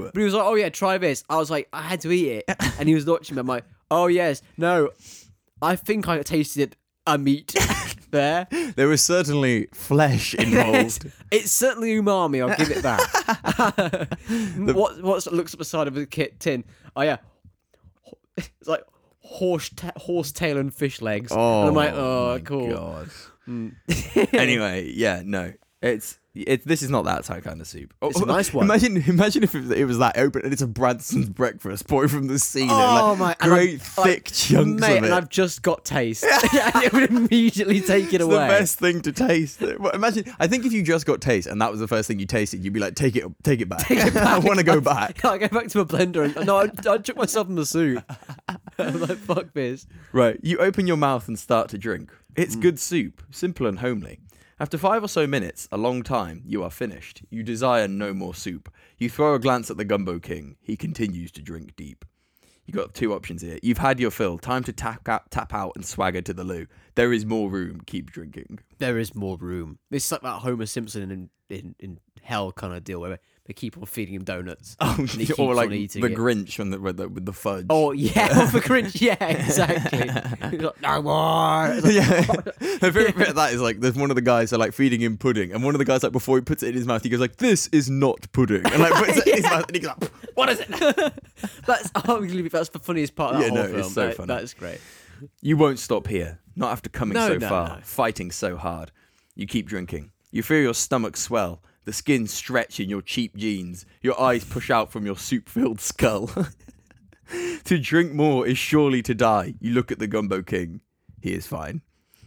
No.
But he was like, oh, yeah, try this. I was like, I had to eat it. And he was watching me. I'm like, oh, yes. No, I think I tasted a meat there.
There was certainly flesh involved.
It's certainly umami. I'll give it that. what what's looks up the side of the kit tin? Oh yeah, Ho- it's like horse ta- horse tail and fish legs. and I'm like, oh, cool. Mm.
God. anyway, yeah, no. It's it, this is not that type kind of soup. Oh,
It's a nice one.
Imagine, imagine if it, it was that open and it's a Branson's breakfast pouring from the ceiling.
Oh
like,
my! and
Great
I've-
thick
like,
chunks
mate,
of it.
and I've just got taste. and it would immediately take it
It's
away.
the best thing to taste. Well, imagine, I think if you just got taste and that was the first thing you tasted, you'd be like, take it, take it back. I want to go back.
I go back to a blender and no, I, I took myself in the soup. I'm like, fuck this.
Right, you open your mouth and start to drink. It's
Mm.
good soup, simple and homely. After five or so minutes, a long time, you are finished. You desire no more soup. You throw a glance at the Gumbo King. He continues to drink deep. You got two options here. You've had your fill. Time to tap out, tap out and swagger to the loo. There is more room. Keep drinking.
there is more room. It's like that Homer Simpson in in, in hell kind of deal where they keep on feeding him donuts. and he Oh, keeps
Oh, or like
on
the
eating it.
Grinch when the, with, the, with the fudge.
Oh yeah, or the Grinch. Yeah, exactly. He's like, no more. It's like,
yeah. My favorite bit of that is like there's one of the guys that like feeding him pudding, and one of the guys like before he puts it in his mouth, he goes like, "This is not pudding," and like puts it in his mouth, and he goes like,
what is it? that's arguably that's the funniest part of that
Yeah,
whole
no,
film.
it's so
That-
funny.
That's great.
"You won't stop here. Not after coming
No,
so
no,
far,
no.
fighting so hard. You keep drinking. You feel your stomach swell." The skin stretch in your cheap jeans. Your eyes push out from your soup filled skull. to drink more is surely to die. You look at the Gumbo King. He is fine.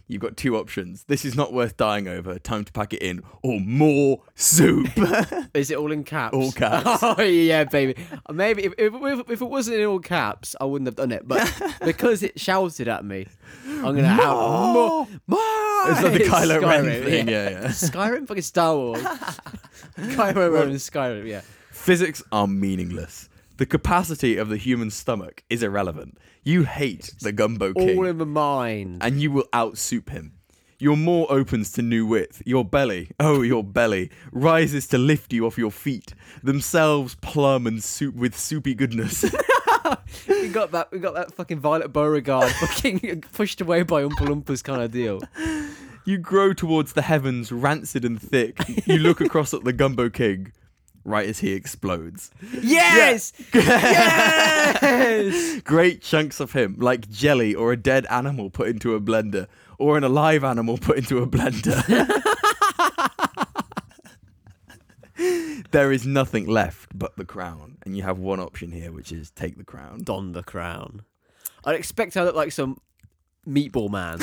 You've got two options. This is not worth dying over. Time to pack it in, or more soup.
Is it all in caps?
All caps.
oh yeah, baby. Maybe if, if, if, if it wasn't in all caps, I wouldn't have done it. But because it shouted at me, I'm gonna have more. more.
It's like the Kylo Ren
Skyrim,
thing, yeah, yeah.
Skyrim, fucking Star Wars. Kylo Ren and Skyrim, yeah.
Physics are meaningless. The capacity of the human stomach is irrelevant. You hate the gumbo king,
All in the mind.
and you will out soup him. Your maw opens to new width. Your belly, oh, your belly, rises to lift you off your feet, themselves plumb and soup with soupy goodness.
we got that. We got that fucking Violet Beauregard fucking pushed away by Oompa Loompas kind of deal.
You grow towards the heavens, rancid and thick. You look across at the Gumbo King, right as he explodes.
Yes, yes.
Great chunks of him, like jelly or a dead animal put into a blender, or an alive animal put into a blender. there is nothing left but the crown, and you have one option here, which is take the crown.
Don the crown.
I'd expect I look like some meatball man,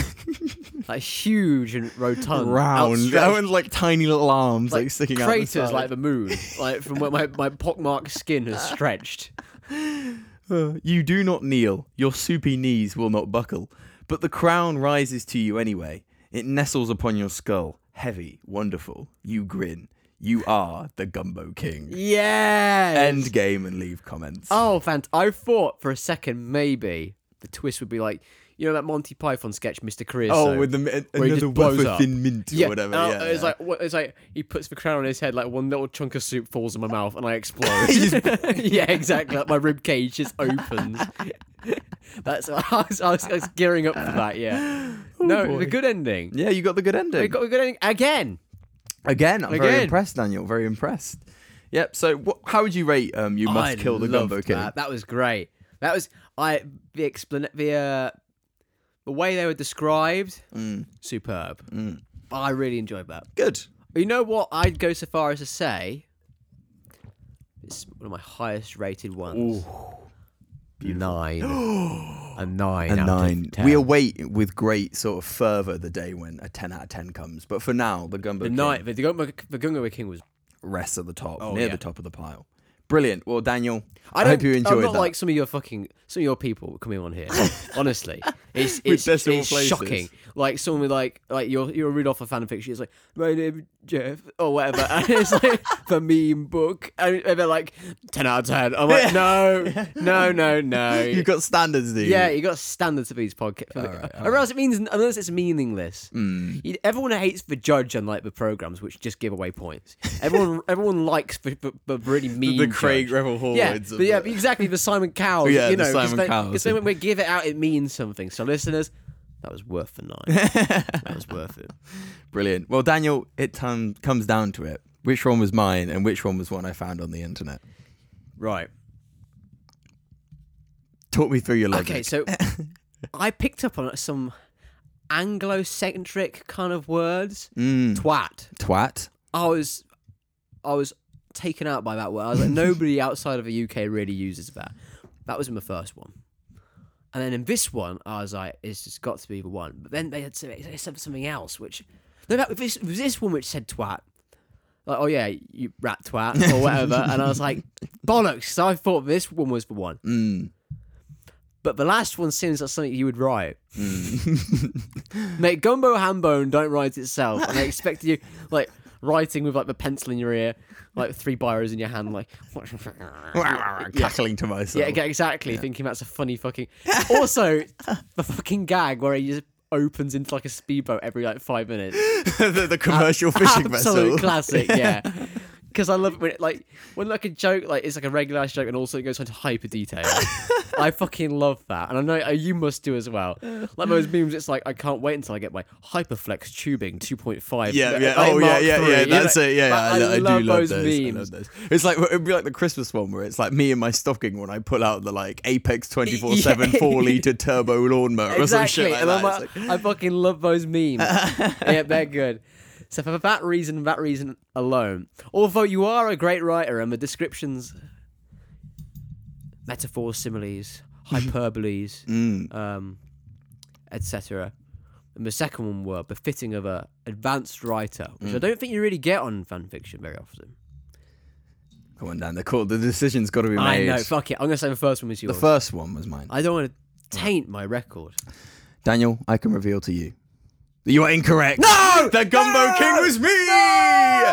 like huge and rotund,
Round.
outstretched,
That one's like tiny little arms, like, sticking out. the
craters
side.
like the moon, like from where my my pockmarked skin has stretched.
Uh, You do not kneel, your soupy knees will not buckle, but the crown rises to you anyway. It nestles upon your skull, heavy, wonderful. You grin. You are the Gumbo King.
Yes.
End game and leave comments.
Oh, fant! I thought for a second maybe the twist would be like you know that Monty Python sketch, Mr. Career.
Oh,
So?
with the mi-
where he
another
just blows
wafer
up.
thin mint or whatever.
uh,
yeah, Oh,
it's
yeah.
like what, it's like he puts the crown on his head, like one little chunk of soup falls in my mouth, and I explode. yeah, exactly. Like my rib cage just opens. That's I was, I was, I was gearing up for that. Yeah. no,
Oh, boy.
the good ending.
yeah, you got the good ending.
We got a good ending again.
Again, I'm very
Again.
impressed, Daniel. Very impressed. Yep. So, what, how would you rate? Um, you must
I
kill the
loved
Gumbo King.
That. that was great. That was I the explain the uh, the way they were described.
Mm.
Superb. I really enjoyed that.
Good.
You know what? I'd go so far as to say it's one of my highest rated ones. Nine. a nine.
A
out of
nine.
10.
We await with great sort of fervor the day when a ten out of ten comes. But for now, the Gumbo
the
King
night. The, Gunga- the Gunga King was.
rests at the top, near
Oh, yeah.
the top of the pile. Brilliant. Well, Daniel, I,
I, don't,
hope you enjoyed
I'm not
that.
like some of your fucking some of your people coming on here. Honestly, it's it's,
decimal
it's
places.
shocking. Like someone with like like you're you're read off a fan fiction. It's like my name is Jeff or whatever, and it's like the meme book, and, and they're like ten out of ten. I'm like no, no, no, no.
You've got standards, dude.
Yeah, you got standards for these podcasts. or else it means unless it's meaningless.
Hmm.
You- everyone hates the judge, unlike the programs, which just give away points. Everyone, everyone likes the, the, the really mean
The Craig
judge.
Revel
Yeah,
Horwoods.
but yeah, exactly. The Simon Cowell.
Yeah,
you
the
know,
Simon Cowells.
Because then when we give it out, it means something. So listeners, that was worth the nine. that was worth it.
Brilliant. Well, Daniel, it um, comes down to it. Which one was mine and which one was one I found on the internet?
Right.
Talk me through your logic.
Okay, so I picked up on some Anglo-centric kind of words.
Mm.
Twat.
Twat.
I was, I was taken out by that word. I was like, nobody outside of the UK really uses that. That was in my first one, and then in this one, I was like, it's just got to be the one. But then they had some- they said something else, which no, that this it was this one which said twat. Like, oh yeah, you rat twat or whatever, and I was like, bollocks. So I thought this one was the one,
Mm.
but the last one seems like something you would write. Mate, gumbo hambone don't write itself, and they expect you like writing with like the pencil in your ear, like three biros in your hand, like
Cackling to myself.
yeah, exa- exactly. Thinking that's a funny fucking. Also, the fucking gag where he just opens into like a speedboat every like five minutes.
the, the commercial fishing
Absolute
vessel.
classic, yeah. Because I love it when it, like when like a joke like it's like a regular joke and also it goes into hyper detail. I fucking love that, and I know uh, you must do as well. Like those memes, it's like I can't wait until I get my Hyperflex tubing 2.5.
Yeah,
like,
yeah. Oh, yeah,
Mark
yeah,
III,
yeah.
you know,
That's it. Yeah,
like,
I, lo- I
love
do love
those
those. I
memes.
love those. It's like it'd be like the Christmas one where it's like me in my stocking when I pull out the like Apex twenty four seven
Yeah.
four liter turbo lawnmower or some shit
Exactly,
like
and
that.
I'm
It's
like, I fucking love those memes. yeah, they're good. So for that reason, that reason alone, although you are a great writer and the descriptions, metaphors, similes, hyperboles, um, etc. And the second one were befitting of a advanced writer, which I don't think you really get on fan fiction very often.
Come on, Dan. The call. The decision's got to be made.
I know. Fuck it. I'm gonna say the first one was
the
yours.
first one was mine.
I don't want to taint my record.
Daniel, I can reveal to you You are incorrect. No, the Gumbo King was me.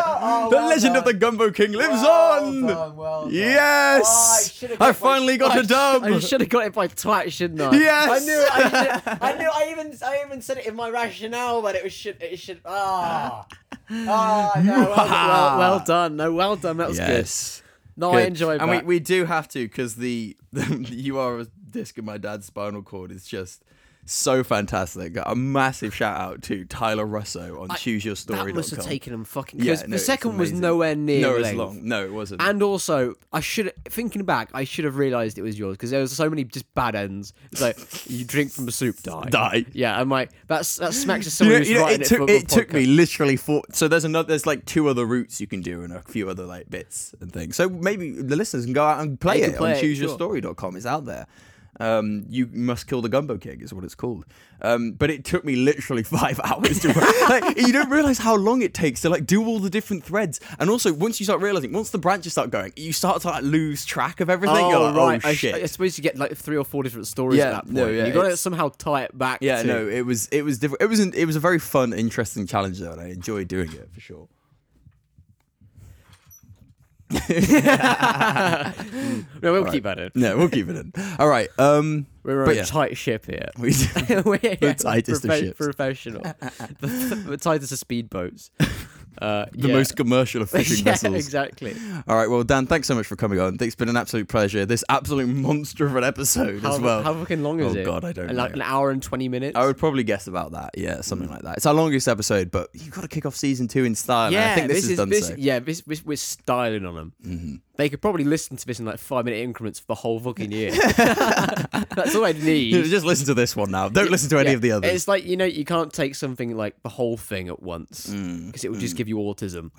Oh,
the legend of the Gumbo King lives on.
Oh,
Yes, I, finally got a dub.
I should have got it by twat, shouldn't I?
yes,
I, I knew. I even. I even said it in my rationale that it was should. It should. Ah. Ah. no, well,
Well, well done. No, well done. That was
yes.
good. No, I
Good.
enjoyed
and
that.
we, we do have to because the, the you are a disc in my dad's spinal cord is just so fantastic. A massive shout out to Tyler Russo on ChooseYourStory.com.
that must have taken them fucking.
Yeah,
Because
no,
the
it's
second was
amazing.
nowhere near.
no, it was
length.
long. No, it wasn't.
And also, I should thinking back, I should have realised it was yours because there was so many just bad ends. It's like you drink from a soup, die,
Die.
Yeah, I'm like that's that smacks
You
of someone
know-
who's
you know,
writing
it took
for a
it took me
podcast.
literally four. So there's another. There's like two other routes you can do and a few other like bits and things. So maybe the listeners can go out and play
They can
it
play
on
it,
ChooseYourStory.com. It's out there. Um, you must kill the gumbo king is what it's called. Um, but it took me literally five hours to. like, you don't realize how long it takes to like do all the different threads, and also once you start realizing, once the branches start going, you start to like lose track of everything. You're
Oh,
like,
right.
oh
I,
shit.
I suppose you get like three or four different stories
Yeah,
at that point.
no, yeah,
you got to
it's-
somehow tie it back.
yeah,
to-
no, it was it was different. It was an, it was a very fun, interesting challenge though, and I enjoyed doing it for sure.
no, we'll keep at it.
No, we'll keep it in. All right. Um,
We're on
but
a
yeah,
tight ship here.
we
We're
The tightest of
profe-
ships.
Professional. the, the tightest of speedboats. Uh,
the
yeah.
most commercial of fishing
yeah,
vessels.
exactly.
All right. Well, Dan, thanks so much for coming on. It's been an absolute pleasure. This absolute monster of an episode
How,
as well.
how fucking long is
Oh,
it?
God, I don't
Like
know.
an hour and twenty minutes.
I would probably guess about that. Yeah, something
Mm.
like that. It's our longest episode, but you've got to kick off season two in style. and I think this, is, done
this,
so.
Yeah, this, this, we're styling on them. Mm-hmm. They could probably listen to this in like five minute increments for the whole fucking year. That's all I
You know,
need.
Just listen to this one now. Don't listen to any
Yeah,
of the others.
It's like you know you can't take something like the whole thing at once because
Mm.
it will just give you autism.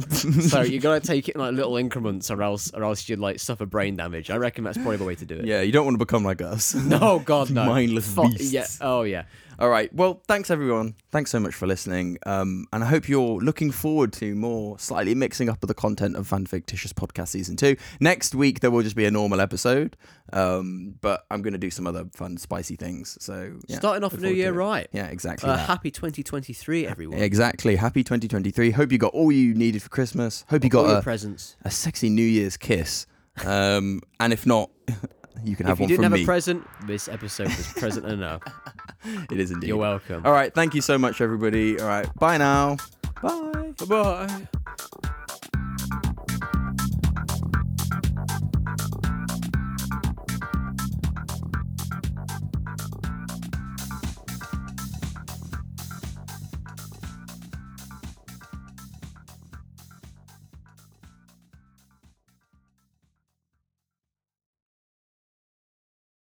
so you gotta take it in like little increments, or else or else you'd like suffer brain damage. I reckon that's probably the way to do it.
Yeah, you don't want to become like us.
Oh God, no.
Mindless
Fuck,
beasts.
Yeah. Oh yeah.
All right. Well, thanks everyone. Thanks so much for listening. Um, and I hope you're looking forward to more slightly mixing up of the content of Fanfictitious Podcast Season 2. Next week, there will just be a normal episode. Um, but I'm going to do some other fun, spicy things. So, yeah,
Starting off
look
the new
forward to
year
it.
right.
Yeah, exactly.
Uh,
that.
happy 2023, everyone.
Exactly. Happy 2023. Hope you got all you needed for Christmas. Hope you
All your
got a,
presents.
a sexy New Year's kiss. Um, and if not, you can have
If you
one
didn't
from
have
me.
a present, this episode was present enough.
it is indeed.
You're welcome.
All right. Thank you so much, everybody. All right. Bye now. Bye.
Bye.